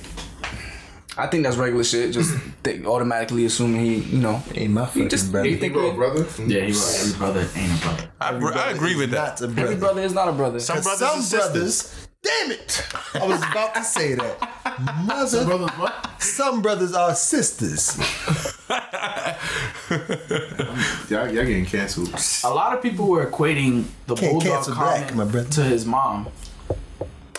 I think that's regular shit. <clears throat> Just they automatically assuming he, you know,
Ain't my
he just he think
Bro, brother.
Yeah, you're right. Every brother ain't a brother.
I, I agree with that.
every brother is not a brother.
Some brothers
Some
and sisters.
brothers, damn it! I was about to say that. Mother,
Brother's what?
some brothers are sisters.
Y'all, y'all getting canceled.
A lot of people were equating the
Can't
bulldog
cancel
comment
back, my brother.
to his mom.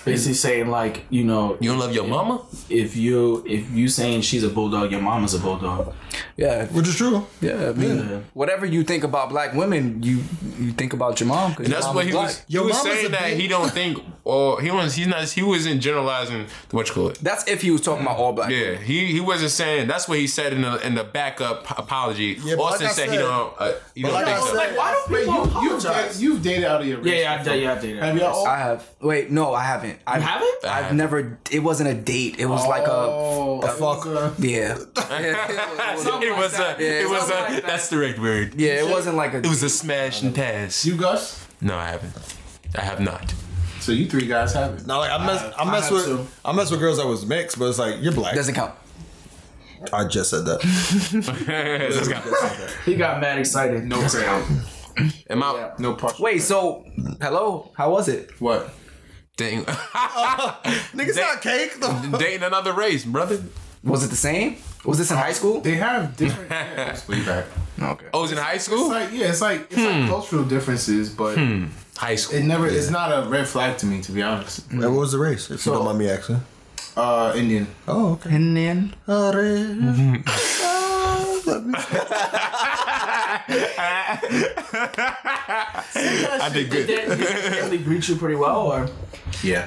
Basically saying like, you know,
You don't love your mama?
if you if you saying she's a bulldog, your mama's a bulldog.
Yeah,
Which is true.
yeah. I mean, whatever you think about black women, you you think about your mom.
And that's what he was.
Your
he was
mama's a
saying that
bitch.
he don't think, or he was. He's not. He wasn't generalizing the what you call it.
That's if he was talking about all black.
Yeah, he he wasn't saying. That's what he said in the in the backup apology.
Yeah, but
Austin
like I
said, he
said-
don't. Uh, he don't
like
think
I
so.
said-
Like, why do
Wait,
people
you, you've, da-
apologize?
you've dated out of your
Yeah,
race
yeah, I've
before.
dated. Yeah, I've dated.
Have y'all all?
I have. Wait, no, I haven't. I
You haven't?
I've
haven't.
never. It wasn't a date. It was like a.
Oh, that was, uh,
Yeah. yeah.
<laughs> it was a.
Yeah,
it was a.
something
like that.
that's the right word.
Yeah, it wasn't like a.
It was a smash and pass.
You Gus?
No, I haven't. I have
<laughs>
not.
So you three guys have it.
Now, like I mess, I,
I
mess
have
with,
too.
I mess with girls that was mixed, but it's like you're black.
doesn't count.
I just said that.
Let's go.
He got mad excited. No
Okay.
Am I?
No partial.
Wait, so hello, how was it?
What?
Dating,
<laughs> Niggas not cake. though.
dating another race, brother.
Was it the same? Was this in high school?
They have different. yeah, it's way back.
Okay.
Oh, it was in high
It's
school.
like yeah, it's like it's
Hmm.
like cultural differences, but
High school.
it never. It's not a red flag to me, to be honest.
what was the race? If you don't mind me asking.
Uh, Indian.
Oh, okay.
And then
All right.
I did good.
Did they greet you pretty well or
Yeah.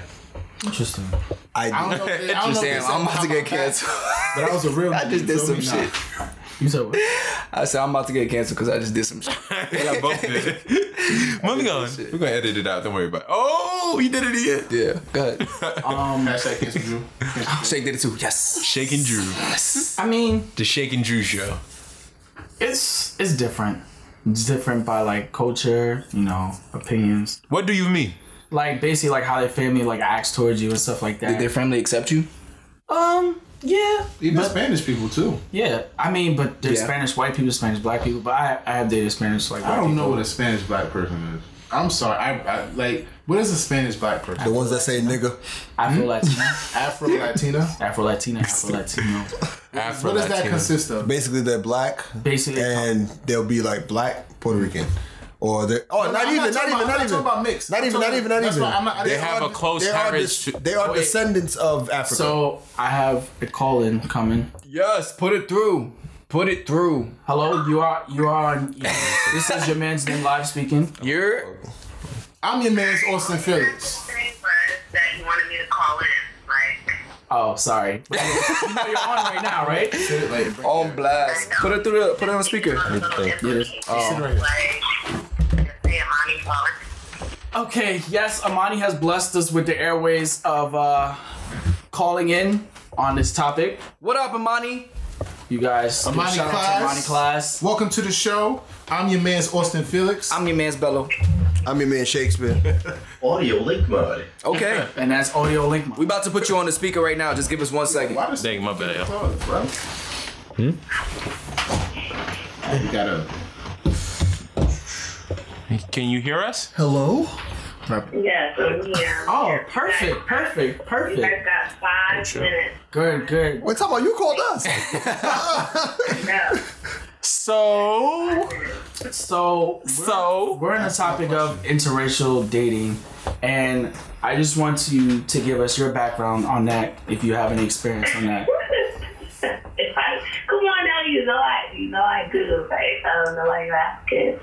interesting?
I
I don't know. If they, I don't know if they
Damn,
said
I'm about to
come
get
back,
canceled.
But I was a
<laughs>
real.
I just
nigga,
did
so
some
me
shit.
not.
You said what?
I said I'm about to get canceled because I just did some shit.
Yeah, both did. Moving on. We're gonna edit it out. Don't worry about it. Oh, he did it again.
Yeah. Go <laughs> ahead.
Um,
Hashtag cancel Drew.
Shake did it too. Yes.
Shake and Drew.
I mean,
The Shake and Drew show.
it's it's different. It's different by like culture, you know, opinions.
What do you mean?
Like basically like how their family like acts towards you and stuff like that.
Did their family accept you?
um, yeah,
Even Spanish people too.
yeah. I mean, but there's
Yeah.
Spanish white people, Spanish black people. But I I have dated Spanish like
I
white
don't know
people.
what a Spanish black person is. I'm sorry. I, I like. What is a Spanish black person?
<laughs> the ones that say nigga.
Afro Latino,
Afro
<laughs>
Latina.
Afro Latina, Afro Latino.
Afro
What does that consist of?
Basically, they're black.
Basically,
and they'll be like black Puerto Rican, or they oh not,
I'm
even not
talking about- I'm
even not even
talking about mixed.
not
I'm
even
talking-
not even not
that's
even
why I'm not- I
They
didn't-
have a close
they are,
heritage.
des- they are descendants of Africa.
so I have a call in coming.
Yes. Put it through. Put it through.
Hello, you are you are on. this is your man's name live speaking.
You're
I'm your man's Austin Phillips.
thing was that he wanted me to call in. Like,
Oh, sorry. <laughs> you know you're on right now, right?
on blast. Put it through. The, put it on the speaker.
a little implication, like, if they Imani followed
Okay. Yes, Amani has blessed us with the airways of uh, calling in on this topic.
What up, Imani?
You guys, give a
Amani
shout out to
Class.
Amani Class.
Welcome to the show. I'm your man's Austin Felix.
I'm your man's Bello.
I'm your man Shakespeare.
<laughs>
Audio link mode.
Okay.
And that's Audio Link.
we about to put you on the speaker right now. Just give us one second.
Why does
Dang, my bad. yo.
Oh, bro. Hmm? You gotta.
Can you hear us?
Hello.
Yes, I'm here.
Oh, perfect, perfect,
You guys
perfect.
got five minutes.
Good, good.
What time about you called us?
<laughs> No.
So,
So, we're-
so.
We're on the topic of interracial dating, and I just want you to give us your background on that if you have any experience on that.
if I come on now, you know I you know I do right. I don't know why you're asking.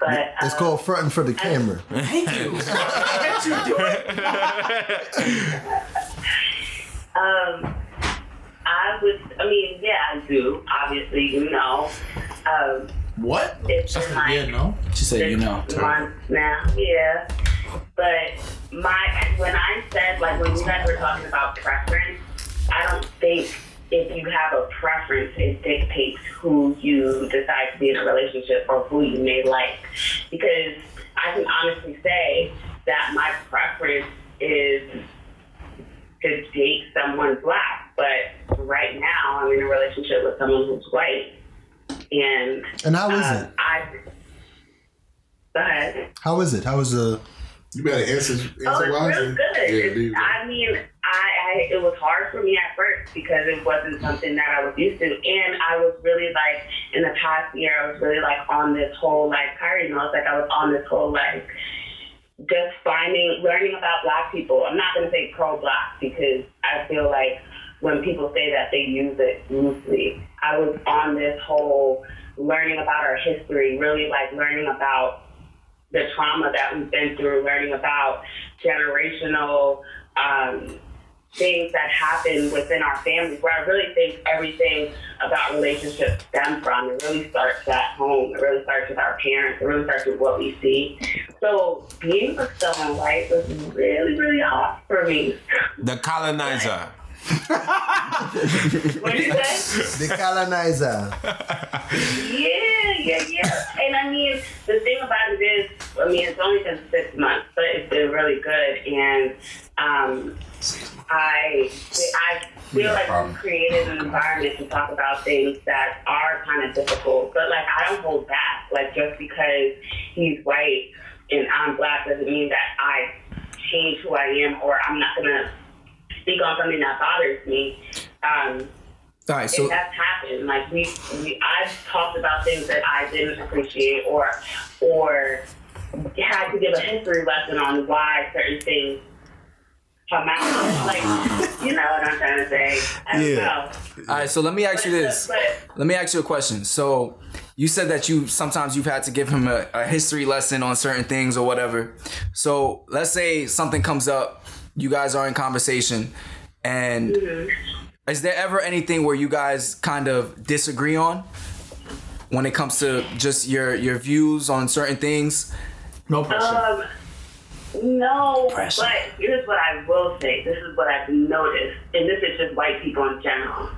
But
It's
um,
called fronting for the camera.
Thank you. Can't you do it?
Um, I would. I mean, yeah, I do. Obviously, you know. Um,
What?
it's been like
Yeah, no.
She said, you know.
six months now. Yeah. But my when I said like when you guys were talking about preference, I don't think if you have a preference, it dictates who you decide to be in a relationship or who you may like. Because I can honestly say that my preference is to date someone black, but right now I'm in a relationship with someone who's white, and
And how is
uh,
it?
I. Go ahead.
How is it? How is the?
You better answer. answer
Oh, it's
wisely.
real good.
Yeah, leave
It's- I mean, I, I it was hard for me at first because it wasn't something that I was used to, and I was really like in the past year, I was really like on this whole like Kyrie knows, like I was on this whole like just finding learning about black people. I'm not gonna say pro black because I feel like when people say that they use it loosely. I was on this whole learning about our history, really like learning about the trauma that we've been through, learning about generational um, things that happen within our families, where I really think everything about relationships stems from. It really starts at home. It really starts with our parents. It really starts with what we see. So being with someone white was really, really hard for me.
The colonizer.
What do you say?
The colonizer.
Yeah, yeah, yeah. And I mean, the thing about it is, I mean, it's only been six months, but it's been really good. And um, I, I feel like we created an environment to talk about things that are kind of difficult. But like, I don't hold back. Like, just because he's white and I'm black doesn't mean that I change who I am or I'm not gonna speak on something that bothers me. Um,
All right.
and
So
that's happened. Like we, we, I've talked about things that I didn't appreciate, or, or had to give a history lesson on why certain things come out. Like, you know what I'm trying to say? I don't
Yeah.
know.
all right. So let me ask you
But-
this.
but-
Let me ask you a question. So, you said that you sometimes you've had to give him a, a history lesson on certain things or whatever. So, let's say something comes up, you guys are in conversation, and is there ever anything where you guys kind of disagree on when it comes to just your your views on certain things?
No pressure.
Um, no,
Pressure.
but here's what I will say. This is what I've noticed, and this is just white people in general.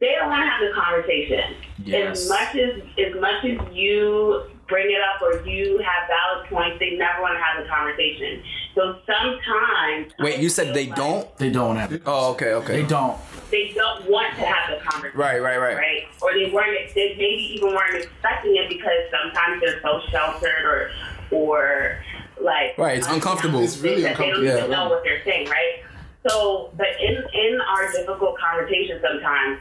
They don't want to have the conversation.
Yes.
As much as as much as you bring it up or you have valid points, they never want to have the conversation. So sometimes
Wait, you said they don't?
They don't have it.
Oh, okay,
They
okay.
<laughs> don't.
they don't want to have the conversation.
Right, right, right.
Right? Or they weren't, they maybe even weren't expecting it because sometimes they're so sheltered or, or like.
Right, it's uncomfortable.
It's really
that They
uncomfortable.
don't even know what they're saying, right? So, but in, in our difficult conversations sometimes,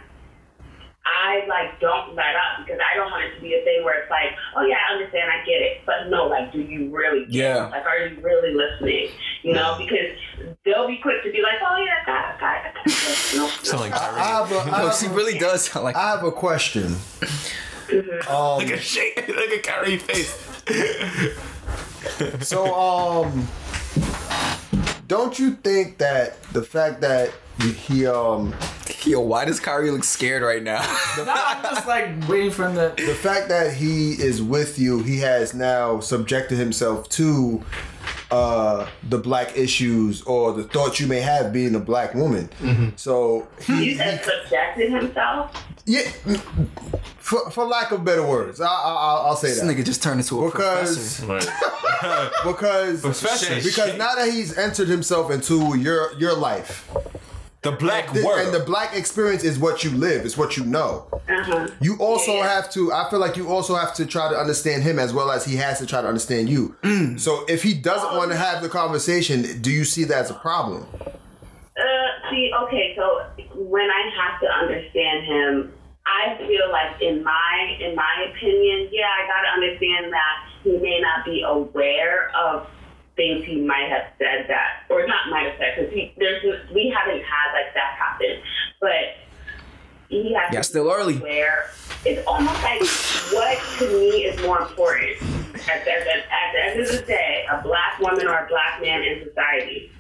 I like don't let up because I don't want it to be a thing where it's like, oh yeah, I understand, I get it, but no, like, do you really? Get
Yeah.
It? Like, are you really listening? You know, because they'll be quick to be like, oh yeah, I got it, got it, I got it. No,
<laughs>
no.
Sound like
I have a, I
No,
have
she
a-
really does
<laughs>
sound like
I have a question. Um,
Look at shake. Look at Kyrie's face.
so, um, don't you think that the fact that he, um,
<laughs> Yo, why does Kyrie look scared right now? <laughs>
No, I'm just like waiting for them to.
the fact that he is with you, he has now subjected himself to uh, the black issues or the thoughts you may have being a black woman. So
You said subjected himself.
yeah, for, for lack of better words, I, I, I'll- I'll say
This
that
nigga just turned into a
because
professor.
because
Professor.
because now that he's entered himself into your your life
<laughs> The black
Th-
world.
and the black experience is what you live, it's what you know.
Uh-huh.
You also
Yeah.
have to. I feel like you also have to try to understand him as well as he has to try to understand you. So if he doesn't want to have the conversation, do you see that as a problem?
Uh, see, okay, so when I have to understand him, I feel like in my in my opinion, yeah, I gotta understand that he may not be aware of things he might have said that, or not might have said, because there's we haven't had like that happen, but he has
Yeah,
to
still
be
early.
Aware. It's almost like what to me is more important at, at, at, at the end of the day, a black woman or a black man in society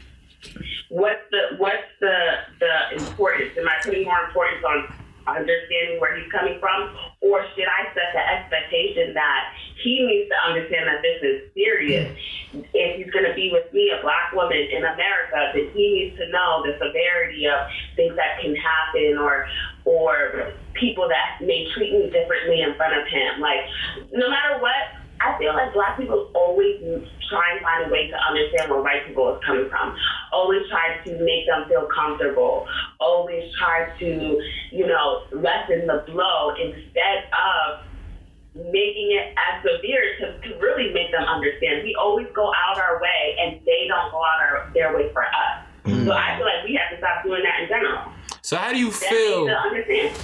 what's the what's the the importance? Am I putting more importance on understanding where he's coming from, or should I set the expectation that he needs to understand that this is serious? If he's going to be with me, a black woman in America, then he needs to know the severity of things that can happen, or or people that may treat me differently in front of him. Like no matter what. I feel like black people always try and find a way to understand where white people is coming from. Always try to make them feel comfortable. Always try to, you know, lessen the blow instead of making it as severe to, to really make them understand. We always go out our way and they don't go out our, their way for us. So
Mm.
I feel like we have to stop doing that in general.
so how do you
That
feel?
needs to understand.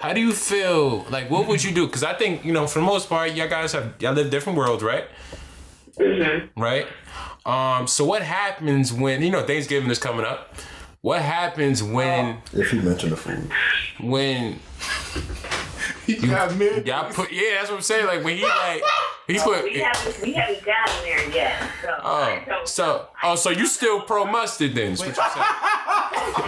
How do you feel? Like, what would you do? Because I think you know, for the most part, y'all guys have y'all live different worlds, right? Right. Um. So what happens when you know Thanksgiving is coming up? What happens when
If you mention the food,
when
You got me.
<laughs>
y'all put? Yeah, that's what I'm saying. Like when he like he put.
We haven't we haven't gotten there yet. So I
Oh,
don't-
so oh, so you still pro mustard then? is what you're saying.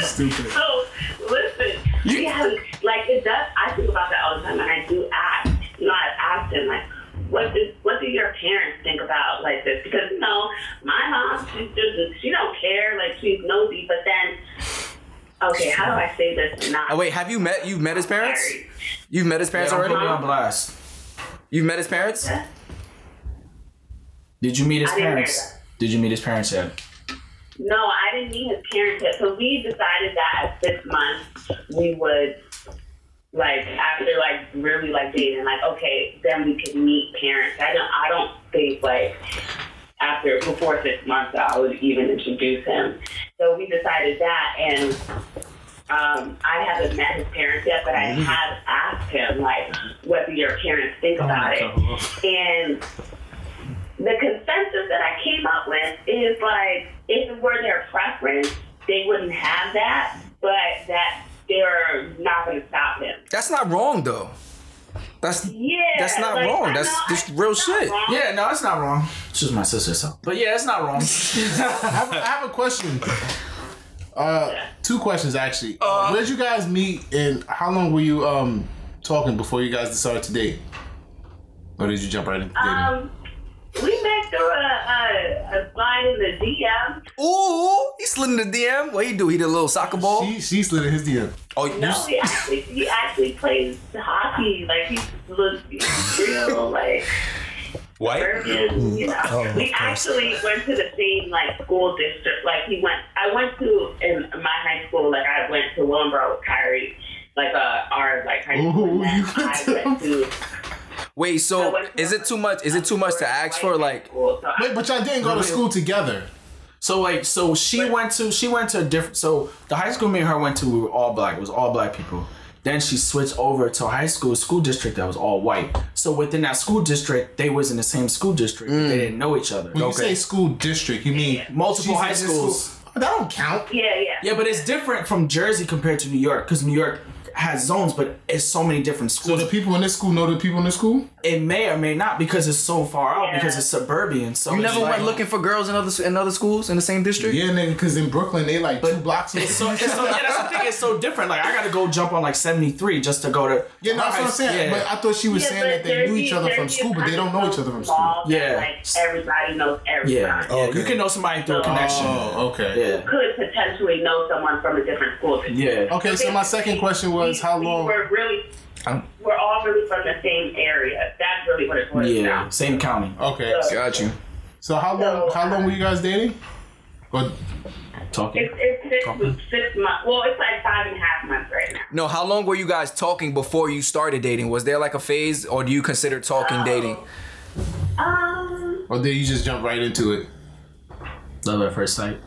Stupid.
So listen, we have like it does. I think about that all the time, and I do ask. You know, I ask them like, what do what do your parents think about like this? Because you know, my mom she doesn't she don't care like she's nosy, but then okay, how do I say this? and Not
Oh wait, have you met you've met his parents?
married?
You've met his parents
Don't put me
already?
on blast.
You've met his parents?
Did you meet his
I didn't hear
parents?
that.
Did you meet his parents yet?
No, I didn't meet his parents yet. So we decided that at six months we would like after like really like dating, like okay, then we could meet parents. I don't I don't think like after before six months that I would even introduce him. So we decided that and um, I haven't met his parents yet, but I have asked him like, what do your parents think about it? And the consensus that I came up with is like, if it were their preference, they wouldn't have that, but that they're not going to stop him.
That's not wrong though. That's
Yeah,
That's not
like,
wrong.
I
That's
know
just
I-
real
it's not
shit.
wrong.
Yeah, no, it's not wrong. It's just my sister, so. But yeah, it's not wrong.
I have, I have a question. Uh, two questions actually. Uh, Where'd you guys meet, and how long were you um talking before you guys decided to date? Or did you jump right into dating?
Um, we met through a, a, a slide in the
<laughs>
DM.
Ooh, he slid in the DM. What he do? He did a little soccer ball.
she she slid in his DM.
oh, you
No, he actually he actually plays hockey. Like he looks
<laughs>
he's real like
White.
Serbian. You know,
Oh,
we actually went to the same like school district. Like he went, I went to in my high school. Like I went to Willowboro with Kyrie. Like uh, our like high school.
Ooh,
and then
you went
I
to-
went to.
wait.
I
So
went to-
is it too much? Is it too much to ask for? Like,
School, so I-
Wait, but y'all didn't go to school together.
So like, so she went to she went to a different. So the high school me and her went to we were all black. It was all black people. Then she switched over to a high school school district that was all white. So within that school district, they was in the same school district. but They didn't know each other.
Mm. When you say school district, you mean
Multiple
she's
high
in this
schools.
school- Oh, That don't count.
yeah, yeah.
Yeah, but it's different from Jersey compared to New York because New York has zones, but it's so many different
So
schools.
the people in this school know the people in this school.
it may or may not because it's so far out
Yeah.
because it's suburban. So
You
it's
never
like-
went looking for girls in other in other schools in the same district.
Yeah, nigga, because in Brooklyn they like two blocks. away.
It's so, it's so, yeah, that's the thing. It's so different. Like I gotta go jump on like seventy three just to go to.
yeah, no, that's what I'm saying.
Yeah.
But I thought she was saying that they knew each other from school, but they don't know each other from school.
Yeah.
Yeah. Like everybody knows everybody.
yeah,
Oh,
yeah.
Okay.
you can know somebody through a connection.
Oh. okay.
Yeah,
Could potentially know someone from a different school.
yeah.
Okay, so my second question was
We-
how
we
long?
We're really,
I'm-
we're all really from the same area. That's really what it was.
Yeah, same county.
Okay,
Got you.
so how long? How long were you guys dating? Or
Talking.
It's, it's six, weeks, six months. Well, it's like five and a half months right now.
No, how long were you guys talking before you started dating? Was there like a phase, or do you consider talking dating?
Um,
or did you just jump right into it?
Love at first sight.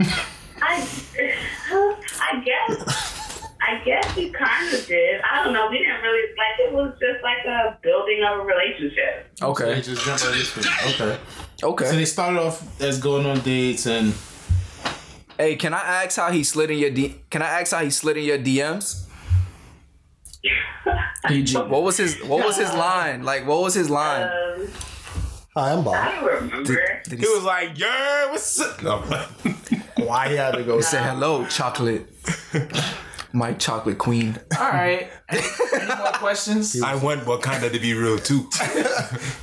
I, <laughs> I guess, I guess we kind of did. I don't know. We didn't really like. It was just like a building of a relationship.
Okay.
just jumped right into it. Okay. So
Okay.
they started off as going on dates and
Hey, can I ask how he slid in your D- Can I ask how he slid in your DMs?
PG.
What was his What was his line? Like, what was his line?
Um,
Hi, I'm
I
Bob.
don't remember.
Did
He
he
was like, yeah, what's up? No, I'm like-
Why he had to go?
say hello, chocolate?
<laughs>
My chocolate queen.
All right. Any more <laughs> questions?
I want Wakanda to be real too.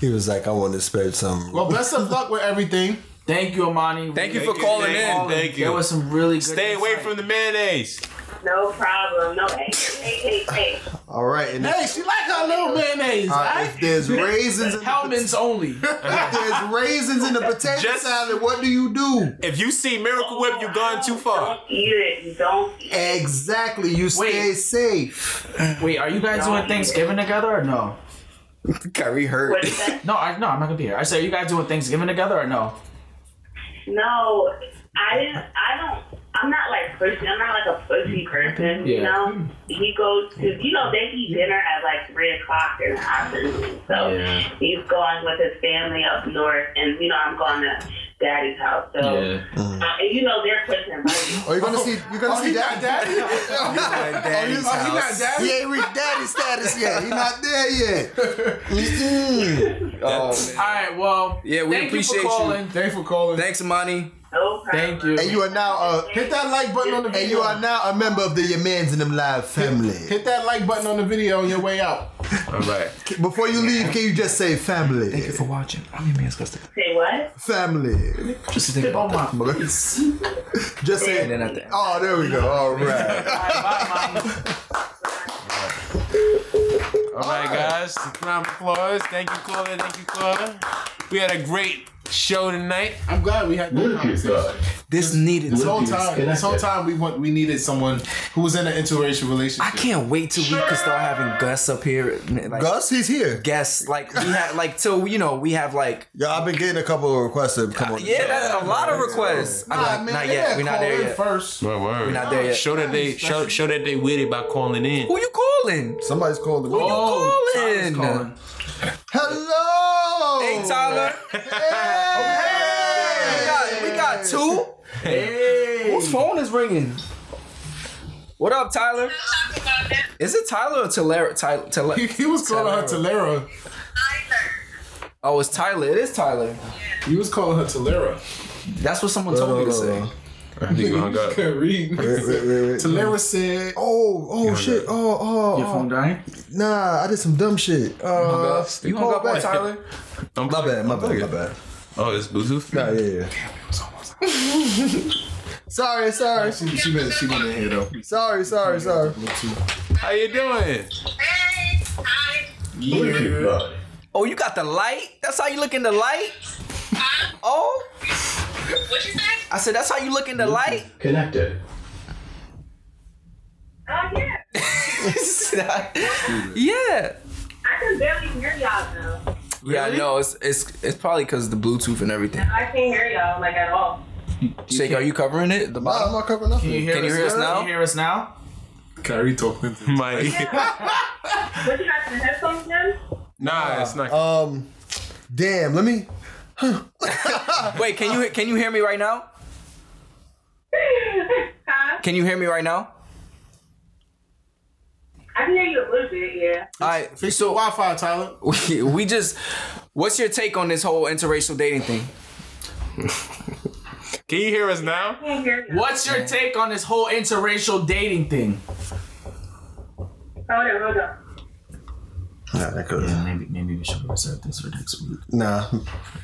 He was like, I want to spread some.
well, best of luck with <laughs> everything.
Thank you, Amani.
Thank you
Really
for calling
thank
in.
you, Thank you.
There was some really good.
Stay away
insight.
from the mayonnaise.
No problem. No. Hey, hey, hey, hey.
All right, and
Hey, she like her little mayonnaise.
Uh,
all right, if there's raisins, in the,
Hellman's <laughs>
<laughs>
only.
if there's raisins in the potato
Just-
salad, what do you do?
If you see Miracle Whip, you've gone too far.
Don't eat it. You don't eat it.
Exactly, you stay
Wait.
safe.
Wait, are you guys doing Thanksgiving together or no?
Kyrie hurt.
What is that?
No, I no, I'm not gonna be here. I said, are you guys doing Thanksgiving together or no?
No, I didn't. I don't. I'm not like pussy. I'm not like a pussy person. You
Yeah.
know, he goes to you know they eat dinner at like three o'clock in the afternoon. So he's going with his family up north, and you know I'm going to daddy's house. So uh, and you know they're pushing. buttons.
Oh, you're gonna see, you're gonna see that.
daddy?
<laughs>
Daddy's
<laughs> Oh, he not
house.
daddy?
He ain't reached daddy status yet. He not there yet. Mm-hmm. Mm-mm.
Oh, man.
All right, well,
Yeah, we
thank
appreciate
you
you.
for calling.
Thanks for calling.
Thanks, Amani.
No problem.
Thank you.
And you are now a.
Hit that like button on the video.
And you are now a member of the Your Man's in Them Live family.
Hit that like button on the video on your way out.
All right.
Before you leave, can you just say family?
for watching. I'm your man's custody.
Say what?
Family.
Just to think
Oh
about
my. All
Just say.
And then at the end.
Oh, there we go. All right.
right, bye, Amani.
All right, guys. Round of applause. Thank you, Claudia. Thank you, Claudia. We had a great show tonight.
I'm glad we had that
Look at
conversation.
God.
This needed.
This whole
Look at
time,
this.
this whole time, we want we needed someone who was in an interracial relationship.
I can't wait till we can start having Gus up here. Like,
Gus, he's here.
Guests like we have like till you know we have like
Yo, I've been getting a couple of requests to come on. the
yeah
show.
that's a lot of requests. I'm
Nah,
like,
man,
not
they
yet.
gotta
We're not
call
there
in
yet.
First,
Word, word.
We're not there yet.
Show that they show, show that they with it by calling in.
Who you calling?
Somebody's calling the
Oh,
calling.
Tyler's calling.
Hello.
Hey
Oh,
Tyler, Oh, we
Hey.
got we got two. Hey, whose phone is ringing? What up, Tyler? Is it Tyler or Tyler? Tyler?
he,
Tyler?
<laughs> he was calling her Talera.
Oh, it's Tyler. It is Tyler.
He was calling her Talera.
That's what someone told me to say.
I think we hung up.
Can't read.
Wait, wait, wait, wait.
Talera said,
Oh, oh shit. Oh, oh,
Your phone
oh.
dying?
Nah, I did some dumb shit. Uh,
You hung
call
up on
<laughs>
back.
Tyler?
Don't
My bad, my bad, my bad.
Oh, this Bluetooth.
Nah, yeah, yeah. <laughs> sorry, sorry,
she, she been she been in here though.
sorry, sorry, sorry.
How you doing?
Look at God.
Oh, you got the light? That's how you look in the light? Oh,
What you say?
I said that's how you look in the light. <laughs>
Connected.
Oh yeah,
yeah.
I can barely hear y'all now.
Yeah, no, it's it's it's probably because the Bluetooth and everything.
I can't hear y'all like at all.
Shake, are you covering it? The
Nah, I'm
bottom?
not covering nothing.
Can you hear,
Can you
us,
hear us now?
Can you hear us now?
Kyrie talking.
Mike.
What you got some headphones in?
<laughs> Nah, it's not.
Um, damn. Let me.
Wait, can you can you hear me right now?
huh?
Can you hear me right now?
little bit, yeah.
All right,
Fix your Wi-Fi, Tyler.
<laughs> we, we just. What's your take on this whole interracial dating thing?
Can you hear us now?
Can't hear you.
What's your take on this whole interracial dating thing?
<laughs> Hold on, hold on.
Nah, that could.
Maybe maybe we should reserve this for next week.
Nah.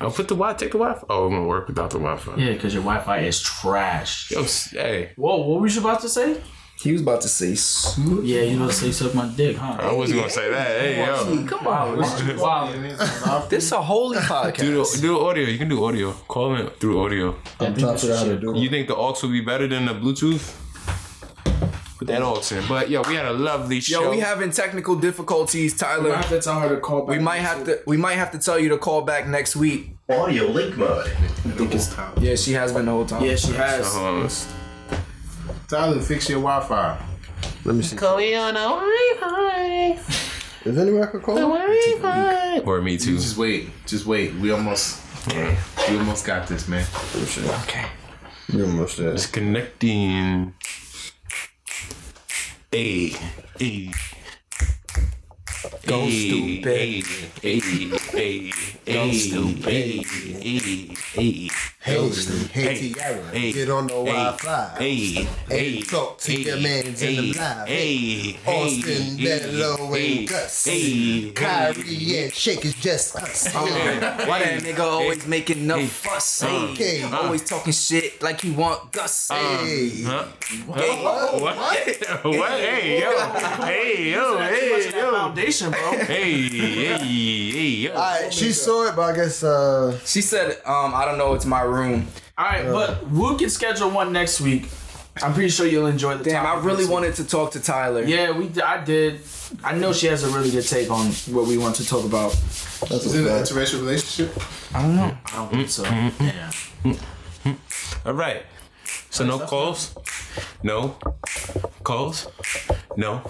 Oh, put the Wi. Take the Wi. Oh, it won't work without the Wi-Fi.
Yeah, because your Wi-Fi is trash.
Yo, s- hey,
Whoa, what was you about to say?
He was about to say. Sue.
Yeah, you about to say suck my dick, huh?
I wasn't gonna say that. Hey, yo,
Come on.
Oh. Wow.
This is
<laughs>
a holy
do
podcast.
the, do audio. You can do audio. Call it through audio.
That
Top it out
shit.
of the door.
You think the aux will be better than the Bluetooth? Put that aux in. But yo, we had a lovely show.
Yo, we having technical difficulties,
I
Tyler.
have to tell her to call back.
We might have to. We might have to tell you to call back next week.
Audio link mode.
I think it's time.
Yeah, she has been the whole time.
Yeah, uh, she has.
Hold on, let's-
Tyler, fix your Wi-Fi.
Let me see. Is anywhere I could call?
Or me too.
Just wait. Just wait. We almost. We almost got this, man.
Okay.
You almost there.
Disconnecting. Hey, hey. Go
stupid.
Hey, hey, hey, hey,
stupid.
Hey, hey, hey,
Hey, hey, Tiara,
hey,
get on the Wi-Fi.
hey, hey,
talk to your mans in the live.
Hey,
Austin,
hey,
Melo,
hey,
and Gus.
hey, Oh,
Kyrie and Shake is just us.
Why that nigga always making no
hey,
fuss?
uh,
Hey,
okay.
always talking shit like he want Gus.
Uh-huh.
Hey,
Hey,
Huh?
Oh,
Huh? What? <laughs> What? Hey, yo. Hey, yo. Hey, yo.
Foundation, <laughs> bro.
Hey, hey, hey, yo.
all right, she saw it, but I guess uh,
She said, um, I don't know, it's my room.
All right, but we can schedule one next week. I'm pretty sure you'll enjoy the.
Damn, I
topic
really
next week.
wanted to talk to Tyler.
Yeah, we. I did. I know she has a really good take on what we want to talk about.
that's
Is it an
a fact.
interracial relationship?
I don't know.
I don't think so. Yeah.
All right. So no calls? No. Calls? No.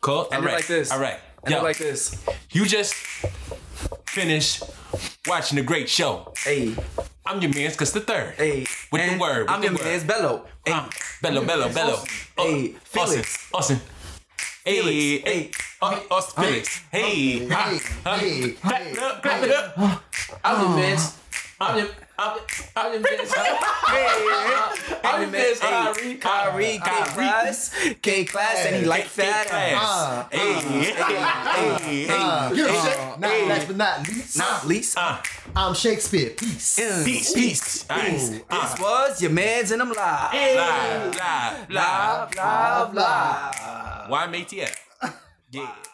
Call? All
End it
right.
like this.
All right.
And
Yo,
like this.
you just finished watching a great show.
Hey,
I'm your man's Cuz the third.
hey.
With the
and
word, with
I'm
the
your
word.
man's Bello. Hey,
Uh, bello, bello, bello.
Hey,
Uh, Austin,
Felix.
Austin. Hey,
Felix.
hey, uh, Austin, Felix. Hey,
Hey,
huh,
hey,
huh. Clap
hey.
it up, clap it up.
I'm your man's. Oh. I'm your. I'm I'm your
<laughs>
man's. I'm your man's. Kyrie.
Kyrie, K Class, K Class, and he like
Hey,
that. uh,
class. Hey, hey, hey.
Uh, not last but not least,
Not least,
Uh.
I'm Shakespeare. Peace.
uh,
Peace, peace. Nice. Uh,
this was your man's and I'm live.
Live, live, live.
Live, live, live.
YMATF. Yeah.